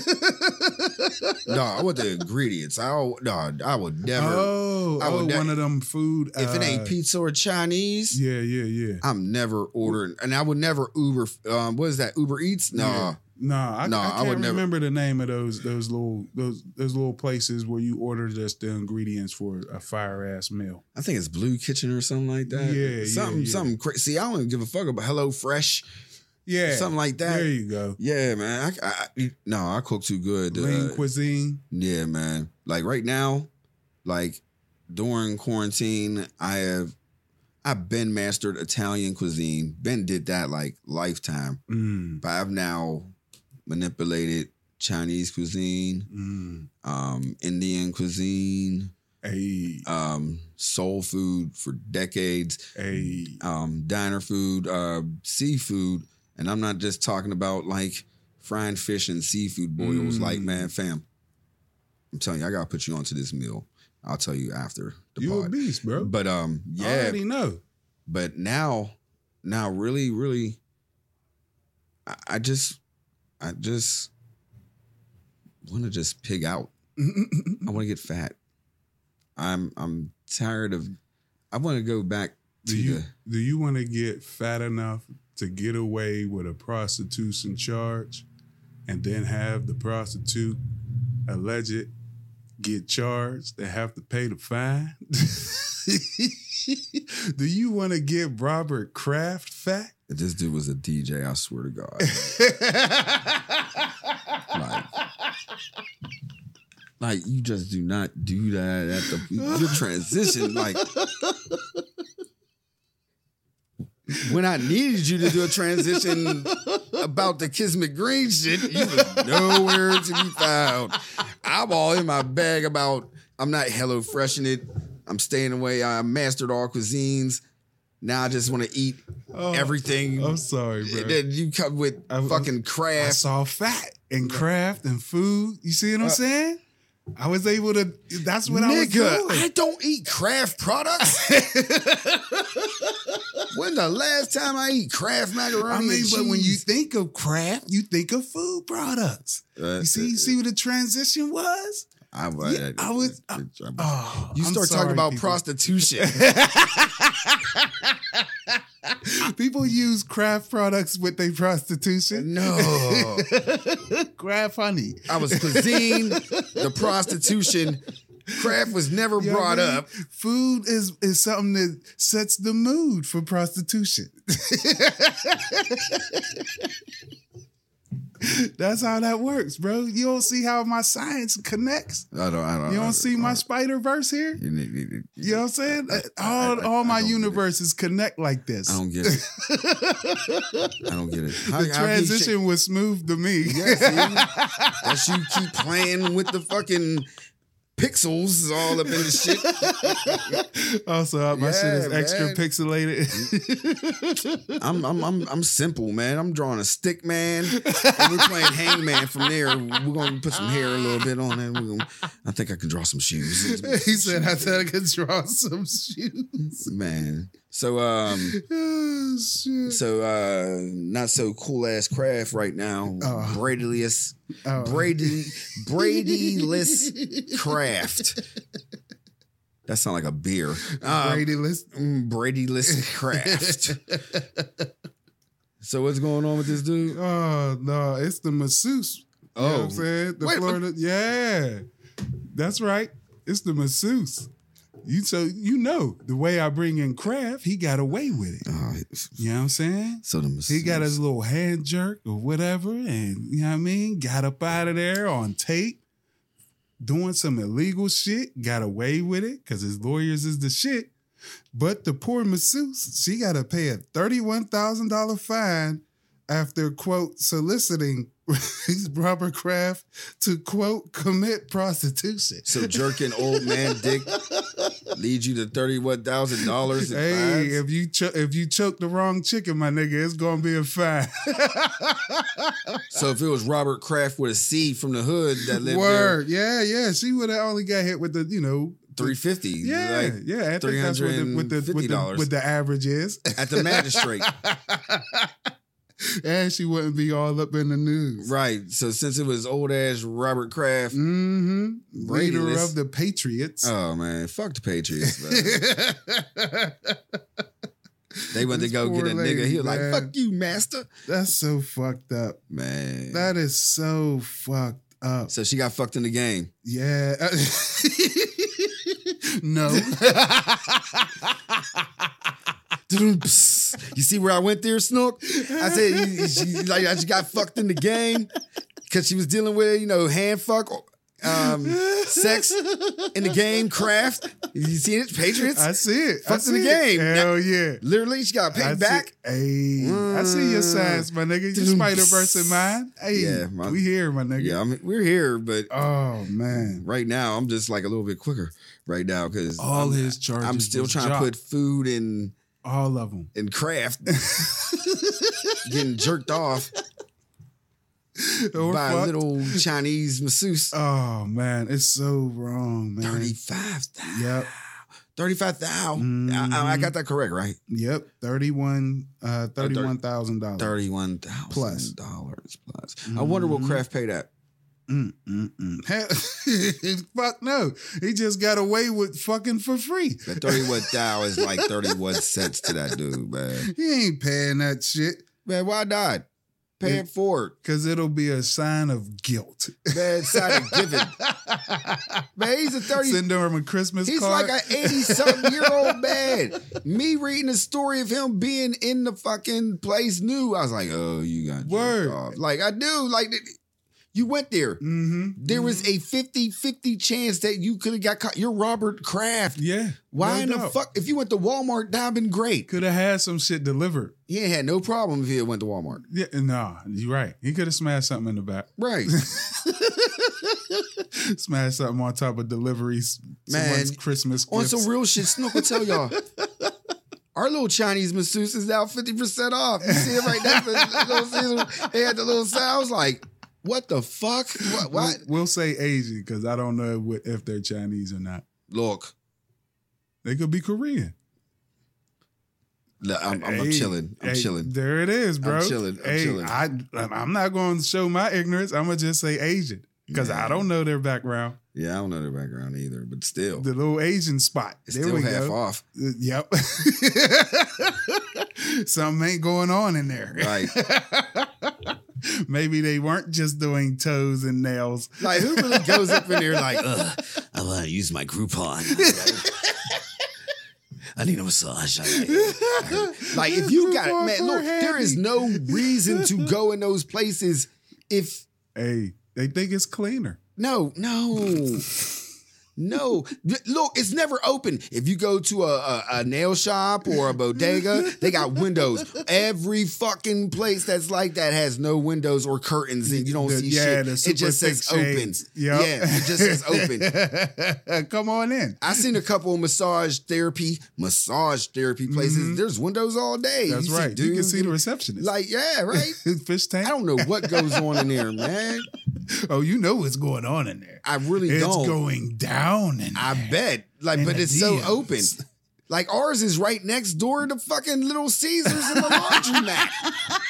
No, I want the ingredients. I don't- no, I would never. oh, I oh, would- one of them food. if it uh, ain't pizza or Chinese, Yeah, yeah, yeah. I'm never ordering, and I would never Uber. Um, what is that? Uber Eats? Nah, Yeah. Nah, I, Nah, I I can't would never- remember the name of those those little those those little places where you order just the ingredients for a fire ass meal. I think it's Blue Kitchen or something like that. Yeah, yeah, something, yeah. something crazy. See, I don't even give a fuck about Hello Fresh, Yeah, something like there that. you go. Yeah, man. I, I, I- no, I cook too good. to, Lean uh, cuisine. yeah, man. Like right now, like during quarantine, I have. I've been mastered Italian cuisine. Ben did that like lifetime. Mm, but I've now manipulated Chinese cuisine, mm. um, Indian cuisine, Hey, um, soul food for decades, hey. um, diner food, uh, seafood, and I'm not just talking about like frying fish and seafood boils. Mm. Like, man, fam, I'm telling you, I gotta put you onto this meal. I'll tell you after the You a pod. beast, bro. But um, yeah, I already know. but now now really really i, I just i just want to just pig out i want to get fat i'm i'm tired of i want to go back to Do you the do you want to get fat enough to get away with a prostitution charge, and then have the prostitute alleged get charged and have to pay the fine? do you want to get Robert Kraft fat? if this dude was a dj i swear to god like, like you just do not do that at the your transition like when I needed you to do a transition about the Kiss Me Green shit, you was nowhere to be found. I'm all in my bag about I'm not hello freshing it. I'm staying away. I mastered all cuisines. Now I just want to eat Oh, everything. I'm sorry, bro. And then you come with I- I- fucking I crafts. saw fat and craft and food. You see what I'm Uh, saying? I was able to. That's what I was Nigga, doing. I, don't eat craft products. when the last time I eat craft macaroni? I mean, and but when you cheese? think of craft, you think of food products. Uh, You see, uh, see what the transition was? I, Yeah, I was- I- Oh, you I'm start sorry, talking about people. prostitution. People use craft products with their prostitution. no, Craft honey. I was cuisine, the prostitution. Craft was never You know what brought I mean? up. Food is is something that sets the mood for prostitution. That's how that works, bro. You don't see how my science connects. I don't. I don't. You I don't see my Spider Verse here. You need- you need- You know what I'm saying? I- I- All I- all I my don't get it. universes connect like this. I don't get it. I don't get it. How- The how can you say- transition was smooth to me. Yeah, see? That's you keep playing with the fucking pixels all up in the shit. also, uh, my shit is Yeah, extra man. pixelated. I'm I'm I'm I'm simple, man. I'm drawing a stick man. And we're playing hangman from there. We're gonna put some hair a little bit on it. We're gonna, I think I can draw some shoes. he said, "I thought I could draw some shoes." Man. So um oh, shit. so uh not so cool ass craft right now. Oh. Bradyless Oh. Brady Bradyless craft. That sounds like a beer. Uh, Brady, let's- Mm, Bradyless craft. so what's going on with this dude? Oh no, it's the masseuse. You know what Oh. I'm saying? The Wait, but- Florida. Yeah. That's right. It's the masseuse. You so you know the way I bring in Kraft, he got away with it. Oh, You know what I'm saying? so the He got his little hand jerk or whatever, and you know what I mean. Got up out of there on tape, doing some illegal shit. Got away with it because his lawyers is the shit. But the poor masseuse, she got to pay a thirty-one thousand dollar fine after quote soliciting Robert Kraft to quote commit prostitution. So jerking old man dick leads you to thirty one thousand dollars. Hey, if you cho- if you choke the wrong chicken, my nigga, it's gonna be a fine. so if it was Robert Kraft with a C from the hood that lived Word, yeah, yeah. She would have only got hit with the, you know, there three fifty, yeah, like, yeah. I think that's what the, what, the, what, the, $350. what the average is, at the magistrate, and she wouldn't be all up in the news. right? So since it was old ass Robert Kraft, Mm-hmm. Leader Brady, of the Patriots. oh man, fuck the Patriots. man. they went to This go get poor a nigga. lady, He was man. like, "Fuck you, master." that's so fucked up. Man, That is so fucked up. so she got fucked in the game. Yeah. no. Psst. you see where I went there, Snook? I said you- she like I just got fucked in the game because she was dealing with you know hand fuck, um, sex in the game craft. You see it, Patriots? I see it. I Fucked in see the it. game. Hell yeah. Literally, she got I picked back. See, hey, I see your size, my nigga. You Mm. spider verse in mine. Hey, Yeah, my- we here, my nigga. Yeah, I mean we're here, but Oh man. right now I'm just like a little bit quicker right now because All I'm, his charges. I'm still was trying dropped. to put food in all of them. in craft. Getting jerked off Or by fucked. a little Chinese masseuse. Oh man, it's so wrong, man. 35 Yep. 35 thou. I, I got that correct, right? Yep. Thirty-one. Uh, thirty-one thousand dollars. Thirty-one thousand Plus. dollars plus. I wonder what Kraft paid that. Mm, Fuck no. He just got away with fucking for free. That thirty-one thou is like thirty-one cents to that dude, man. He ain't paying that shit Man, why not? Pay it forward. because it'll be a sign of guilt. Man, side of giving. Man, he's a thirty. Send him a Christmas He's card. like an 80 something year old man. Me reading the story of him being in the fucking place new, I was like, oh, you got jerked Word. off. Like, I do. Like, th- you went there. Mm-hmm. There was a 50 50 chance that you could have got caught. You're Robert Kraft. Yeah. Why no in the doubt. fuck? If you went to Walmart, that would been great. Could have had some shit delivered. He ain't had no problem if he had went to Walmart. Yeah, nah, you're right. He could have smashed something in the back. Right. Smashed something on top of deliveries. Man, someone's Christmas On gifts. some real shit, Snook will tell y'all. Our little Chinese masseuse is now 50% off. You see it right now. The little Caesar, they had the little sound. I was like, what the fuck? What? what? We'll, we'll say Asian because I don't know what, if they're Chinese or not. Look, They could be Korean. look, I'm, I'm, I'm Hey, chilling. I'm hey, chilling. There it is, bro. chilling, I'm hey, chilling. I, I'm not going to show my ignorance. I'm gonna just say Asian because I don't know their background. Yeah, I don't know their background either, but still, The little Asian spot. it's there still we half go. off. Uh, Yep. Something ain't going on in there. Right. Maybe they weren't just doing toes and nails. Like, who really goes up in there like, Ugh, I want to use my Groupon? I need a massage. like, if you got it, man, look, there is no reason to go in those places if, Hey, they think it's cleaner. no, no. No, Th- look, it's never open. If you go to a, a, a nail shop or a bodega, they got windows. Every fucking place that's like that has no windows or curtains, and you don't The- see yeah, shit. the It super just says thick open. shades. Yup. Yeah, it just says open. Come on in. I seen a couple of massage therapy, massage therapy places. There's windows all day. Mm-hmm. That's You see right. you can dudes see the in- receptionist. like, yeah, right. his fish I tank. don't know what goes on in there, man. Oh, you know what's going on in there. I really It's don't. going down in I there. bet. Like, In but the it's so DMs. open. Like ours is right next door to fucking Little Caesars and the laundromat.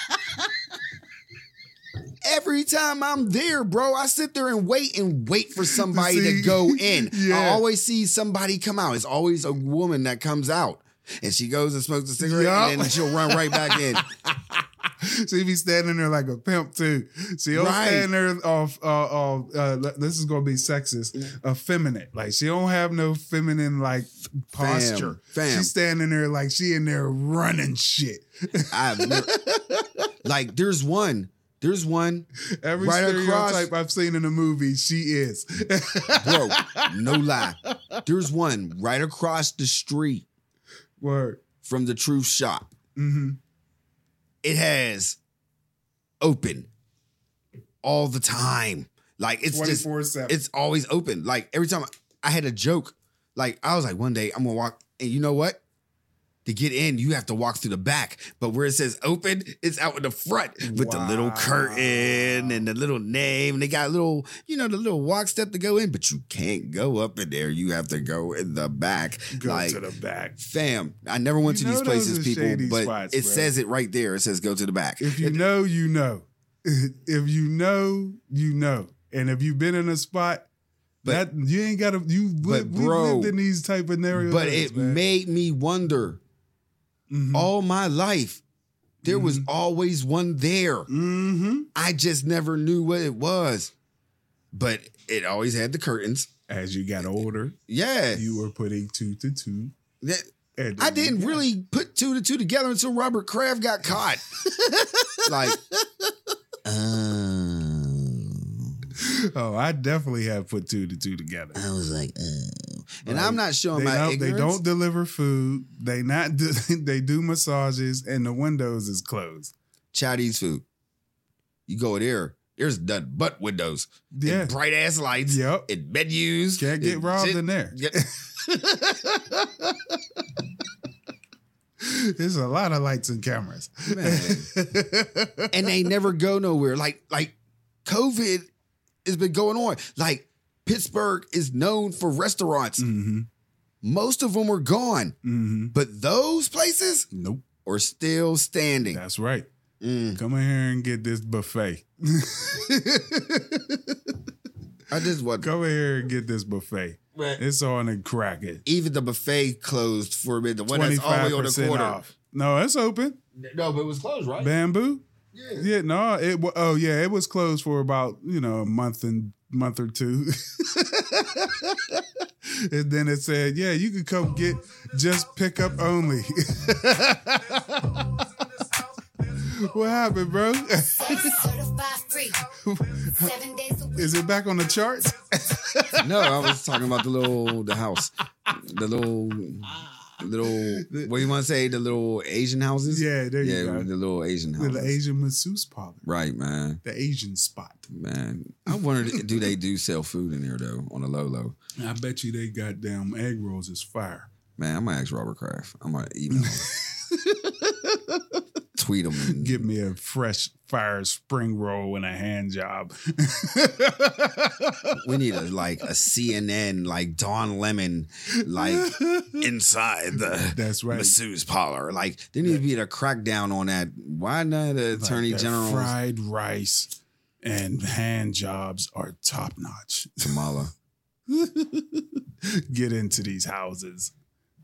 Every time I'm there, bro, I sit there and wait and wait for somebody See? to go in. I Yeah. always see somebody come out. It's always a woman that comes out. And she goes and smokes a cigarette, and Yup. then she'll run right back in. She be standing there like a pimp too. She don't Right. stand there off. Uh, off uh, le- this is gonna be sexist. Effeminate. Like she don't have no feminine like posture. fam. She's standing there like she in there running shit. I've never, like there's one, there's one, Every Right across- stereotype I've seen in a movie, she is. bro. no lie, there's one right across the street Word. from the truth shop. Mm-hmm. It has open all the time. Like it's Twenty just four seven. it's always open. Like every time I, I had a joke, like I was like, one day I'm gonna walk, and you know what? To get in, you have to walk through the back. But where it says open, it's out in the front with the little Wow. curtain and the little name. And they got a little, you know, the little walk step to go in, but you can't go up in there. You have to go in the back. Go like, to the back. fam, I never went You to these know those places, are people, shady but spots, it bro. says it right there. It says go to the back. If you know, you know. If you know, you know. And if you've been in a spot, But- that you ain't got to. You but but we bro, lived in these type of scenarios. but it man. made me wonder. Mhm. all my life there was Mm-hmm. always one there Mhm. i just never knew what it was but it always had the curtains As you got older, yeah you were putting two to two. That- And i didn't really put two to two together until robert kraft got caught like uh, oh Oh, I definitely have put two to two together. i was like oh. and Like, i'm not showing They my don't, they ignorance don't deliver food. They not. Do, they do massages, and the windows is closed. chinese food you go there there's none but windows and Yeah. bright ass lights Yep. and menus Can't get and robbed shit. in there. Yeah. There's a lot of lights and cameras. and they never go nowhere. Like like COVID has been going on. Like Pittsburgh is known for restaurants. Mhm. Most of them are gone, Mm-hmm. but those places Nope. are still standing. That's right. Mm. Come in here and get this buffet. I just want Come in here and get this buffet. It's on and cracking. even the buffet closed for a minute. The one that's all the way on the 25% corner. off. No, it's open. No, but it was closed, right? Bamboo. Yeah. Yeah, no, it wa- oh yeah, it was closed for about, you know, a month and month or two. and then it said, "Yeah, you could come get just pickup only." what happened, bro? Certified free. Seven days a week. Is it back on the charts? No, I was talking about the little the house, the little little what do you want to say? The little Asian houses. Yeah, there you yeah, go. the little Asian houses. The Asian masseuse parlor, Right, man. the Asian spot. Man, I wondered, do they do sell food in here though on a low low? I bet you they got damn egg rolls is fire. Man, I'm gonna ask Robert Kraft. I'm gonna email him, tweet him. and- Give me a fresh fire spring roll and a hand job. we need a like a CNN, like Don Lemon, like inside the That's right. masseuse parlor. Like there needs to be a crackdown on that. Why not the Like, Attorney that General Fried rice and hand jobs are top notch. Tamala? Get into these houses.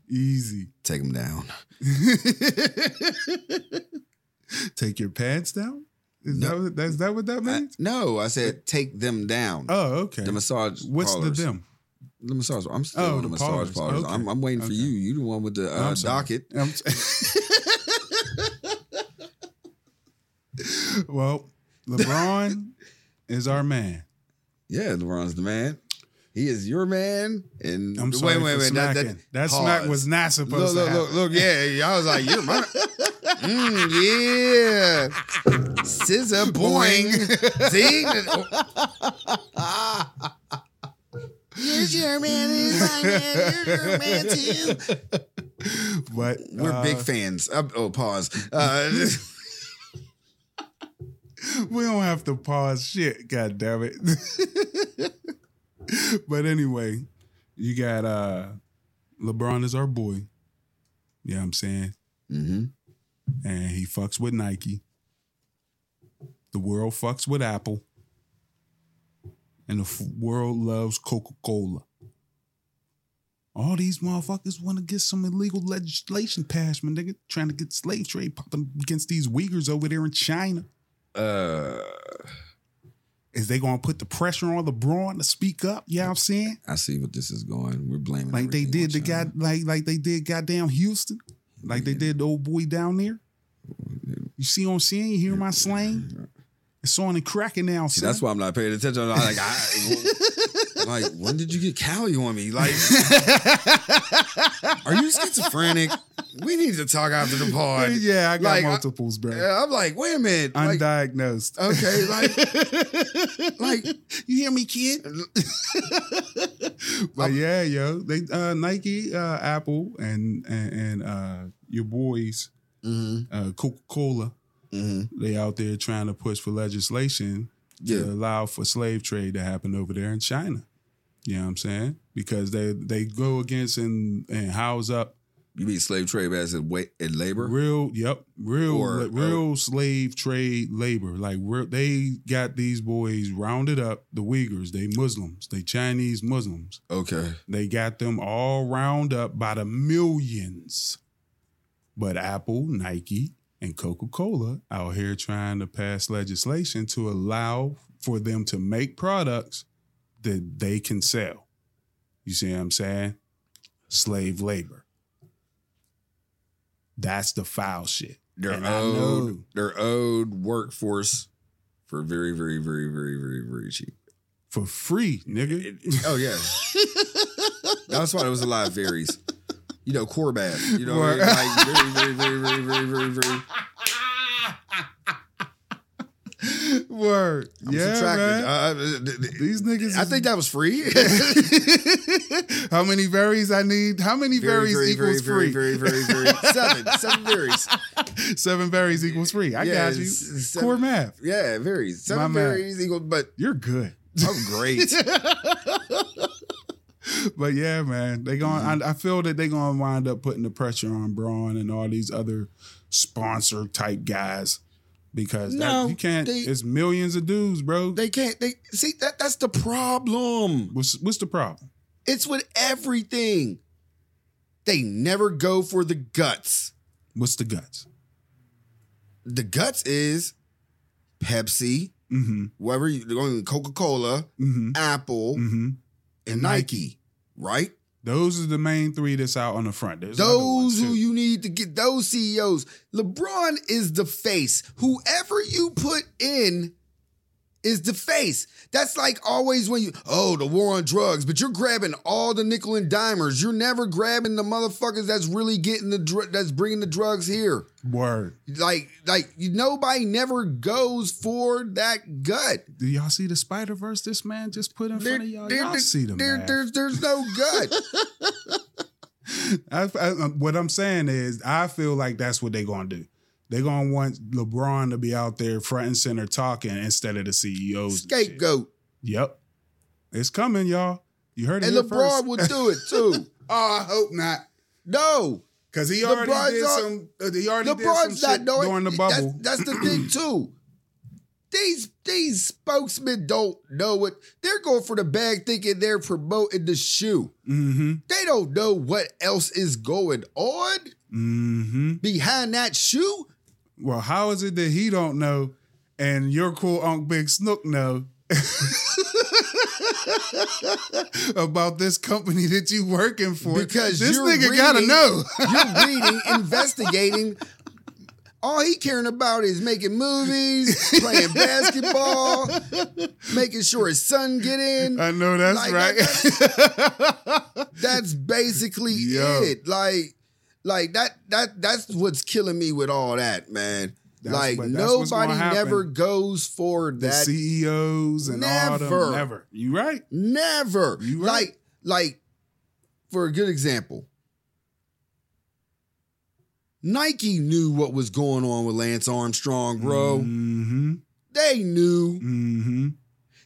Easy. Take him down. Take your pants down? Is, No. that, what, that- is that what that I- means? no, I said take them down. oh, okay. The massage. What's parlors. the them? The massage. I'm still Oh, on the, the massage parlors. parlors. Okay. I'm, I'm waiting for Okay. you. You the one with the uh, I'm sorry. docket. I'm s- well, LeBron is our man. Yeah, LeBron's the man. He is your man. And I'm sorry for smacking. That, smack pause. was not supposed Look, to look, happen. look, look. Yeah, yeah, I was like, you're my. Mm, yeah. Scissor boing. See? Here's your man. Here's my man. You're your man too. But We're uh, big fans. Uh, oh, pause. Uh, We don't have to pause shit. God damn it. but anyway, you got uh LeBron is our boy. You know what I'm saying? mm-hmm. And he fucks with Nike. The world fucks with Apple. And the f- world loves Coca Cola. All these motherfuckers want to get some illegal legislation passed, my nigga, trying to get slave trade popping against these Uyghurs over there in China. Uh, Is they gonna put the pressure on LeBron to speak up? Yeah, I'm saying I see what this is going. We're blaming like they everything on did the China. god like like they did goddamn Houston, like they did the old boy down there. You see what I'm saying? You hear my slang? It's on and cracking now. See, Son. that's why I'm not paying attention. I'm like, I, like when did you get Cali on me? Like, are you schizophrenic? We need to talk after the pod. yeah, I got Like, I- multiples, bro. Yeah, I'm like, wait a minute. Like, uh, Undiagnosed. okay, like, like you hear me, kid? but yeah, yo, they uh, Nike, uh, Apple, and and, and uh, your boys, uh, Coca Cola, they out there trying to push for legislation Yeah. to allow for slave trade to happen over there in China. You know what I'm saying? Because they they go against and and house up you mean slave trade as a wait in labor? Real, yep, real, Or- uh, like, real slave trade labor. Like real, they got these boys rounded up. The Uyghurs, they Muslims, they Chinese Muslims. Okay, They got them all round up by the millions. But Apple, Nike, and Coca Cola out here trying to pass legislation to allow for them to make products that they can sell. You see what I'm saying? Slave labor. That's the foul shit. they're And I know- owed they're owed workforce for very, very, very, very, very, very cheap. For free, nigga. It- it- oh yeah, that's why there was a lot of varies. You know, Corbat. You know, what I mean? like very, very, very, very, very, very, very. Word. I'm subtracting. Uh, th- th- th- These niggas I is- think that was free. How many varies I need? How many varies equals free? Very, very, very, very. Seven. Seven varies. Seven varies equals free. I Yeah, got you. it's- it's Core seven- math. Yeah, varies. Seven My Oh, man. varies equal, but You're good. I'm great. But yeah, man, they going. Mm-hmm. to I, I feel that they going to wind up putting the pressure on Braun and all these other sponsor type guys because that- No, you can't. they- it's millions of dudes, bro. they can't. They see that. That's the problem. what's what's the problem? It's with everything. They never go for the guts. What's the guts? The guts is Pepsi, Mm-hmm. whatever you going Coca Cola, Mm-hmm. Apple, Mm-hmm. and Nike. Right? Those are the main three that's out on the front. There's other ones, Those who too. you need to get those CEOs. LeBron is the face. Whoever you put in is the face. That's like always when you oh the war on drugs, but you're grabbing all the nickel and dimers. You're never grabbing the motherfuckers that's really getting the dr- that's bringing the drugs here. word. Like like you, nobody never goes for that gut. Do y'all see the Spider Verse this man just put in front of y'all? Y'all see the there- math. there's there's no gut. I, I, uh, what I'm saying is, I feel like that's what they're gonna do. They're gonna want LeBron to be out there front and center talking instead of the CEOs. and shit. Scapegoat. Yep, it's coming, y'all. You heard it And here LeBron first. will do it too. oh, I hope not, No. because he already did some- uh, He already LeBron's not knowing during the that's- bubble. That's, the thing too. These these spokesmen don't know what they're going for the bag, thinking they're promoting the shoe. mm-hmm. They don't know what else is going on Mm-hmm. behind that shoe. Well, how is it that he don't know, and your cool Unc Big Snook know about this company that you working for? Because this you're nigga gotta reading- know. You're reading, investigating. All he caring about is making movies, playing basketball, making sure his son get in. I know Uh, that's Like, right. that's basically Yo. it. Like, like that that that's what's killing me with all that, man. That's like what- that's what's nobody gonna happen. never goes for the that. CEOs E and all Never. them. Never. You right? never. You right. Like, like for a good example, Nike knew what was going on with Lance Armstrong, bro. Mm-hmm. They knew. Mm-hmm.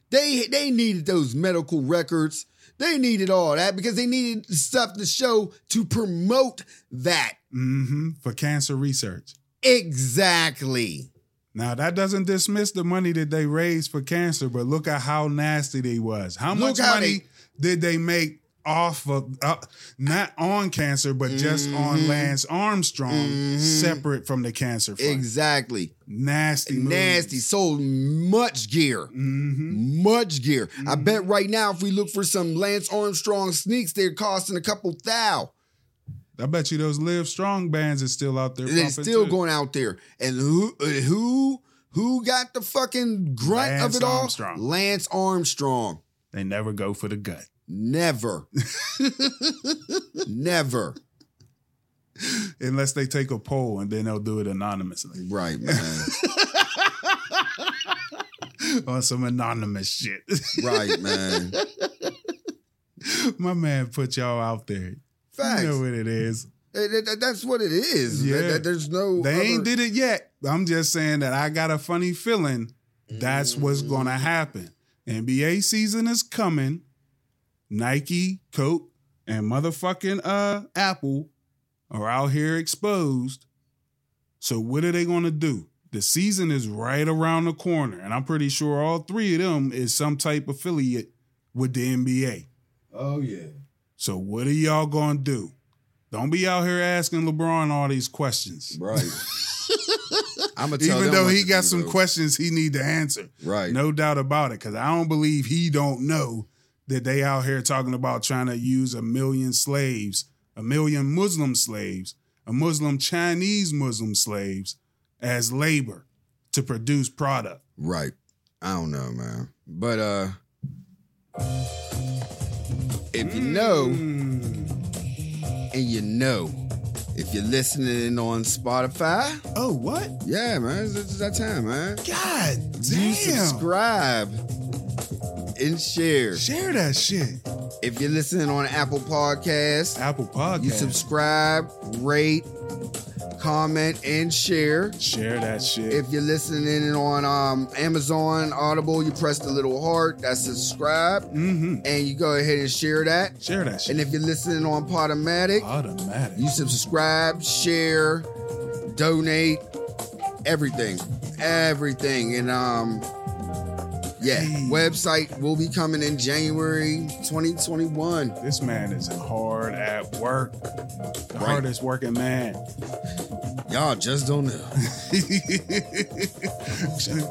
They they needed those medical records. They needed all that because they needed stuff to show to promote that. Mm-hmm. For cancer research. Exactly. Now that doesn't dismiss the money that they raised for cancer, but look at how nasty they was. How Look much how money did they make off of uh, not on cancer, but just Mm-hmm. on Lance Armstrong, separate from the cancer. Fund. Exactly. Nasty, Mm-hmm. moves. Nasty. Sold much gear. Much gear. I Mm-hmm. bet right now, if we look for some Lance Armstrong sneaks, they're costing a couple thou. I bet you those Live Strong bands is still out there. They're pumping still too. going out there. And who uh, who who got the fucking grunt Lance of it all? Armstrong. Lance Armstrong. They never go for the gut. Never. Never. unless they take a poll and then they'll do it anonymously Right, man. on some anonymous shit. Right, man. My man put y'all out there. Facts. You know what it is. Eh, that- that- that's what it is. Yeah. That- that there's no. They ain't other- did it yet. I'm just saying that I got a funny feeling that's what's gonna happen. NBA season is coming. Nike, Coke, and motherfucking uh Apple are out here exposed. So what are they gonna do? The season is right around the corner, and I'm pretty sure all three of them is some type affiliate with the NBA. Oh yeah. So what are y'all gonna do? Don't be out here asking LeBron all these questions. Right. I'm gonna tell Even them though what he to got do, some though. questions he need to answer. Right. No doubt about it. Cause I don't believe he don't know that they out here talking about trying to use a million slaves, a million Muslim slaves, a Muslim Chinese Muslim slaves as labor to produce product. Right. I don't know, man. But uh if you know Hmm. and you know, if you're listening on Spotify, Oh what? yeah, man, it's, it's that time, man. God You damn. subscribe and share. Share that shit. If you're listening on Apple Podcasts, Apple Podcast. you subscribe, rate, comment, and share. Share that shit. If you're listening in on um, Amazon Audible, you press the little heart that's subscribe, mm-hmm. and you go ahead and share that. Share that shit. And if you're listening on Podomatic, Automatic. you subscribe, share, donate, everything, everything, and um. Yeah, Hey. website will be coming in January 2021. This man is hard at work. The hardest working man. Y'all just don't know,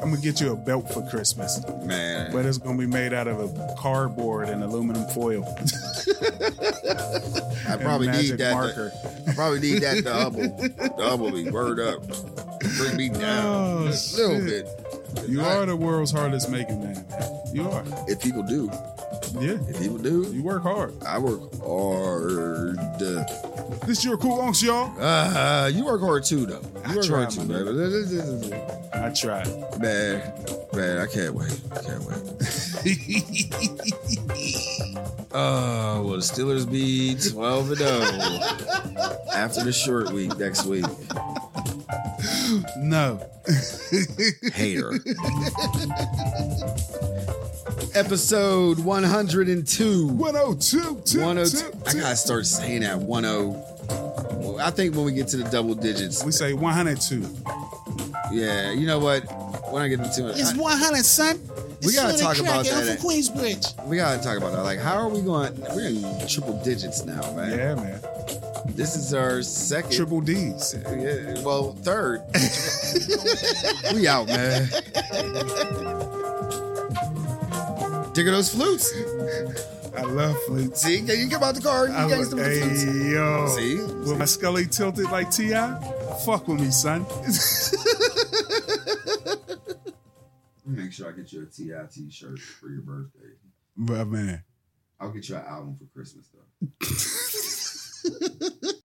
I'm gonna get you a belt for Christmas, man. but it's gonna be made out of a cardboard and aluminum foil. I probably and need magic that. marker. I probably need that to humble, to humble me. Word up, bring me down Oh, a shit. little bit. You I- are the world's hardest making man. You are. If people do, Yeah. if people do, You work hard. I work hard. This your cool unks, y'all. Uh, you work hard too, though. You I work try, hard too, my man. I tried. Man, man, I can't wait. I can't wait. Uh, will the Steelers be 12 and 0 after the short week next week? no. Hater. Episode 102. two, 102. One oh two. two, I two. gotta start saying that one oh. Well, I think when we get to the double digits, We say 102. yeah. You know what? When I get to It's I, 100, son. we gotta talk about Off that. of Queensbridge. we gotta talk about that. Like, how are we going? We're in triple digits now, man. Yeah, man. This is our second. Triple D's. Yeah, well, third. we out, man. Dig of those flutes. I love flutes. See, can you come out the car? You I gangsta was, with the flutes. hey, yo. See? With my scully tilted like T.I., fuck with me, son. Make sure I get you a Ti T-shirt for your birthday. but, man. I'll get you an album for Christmas though.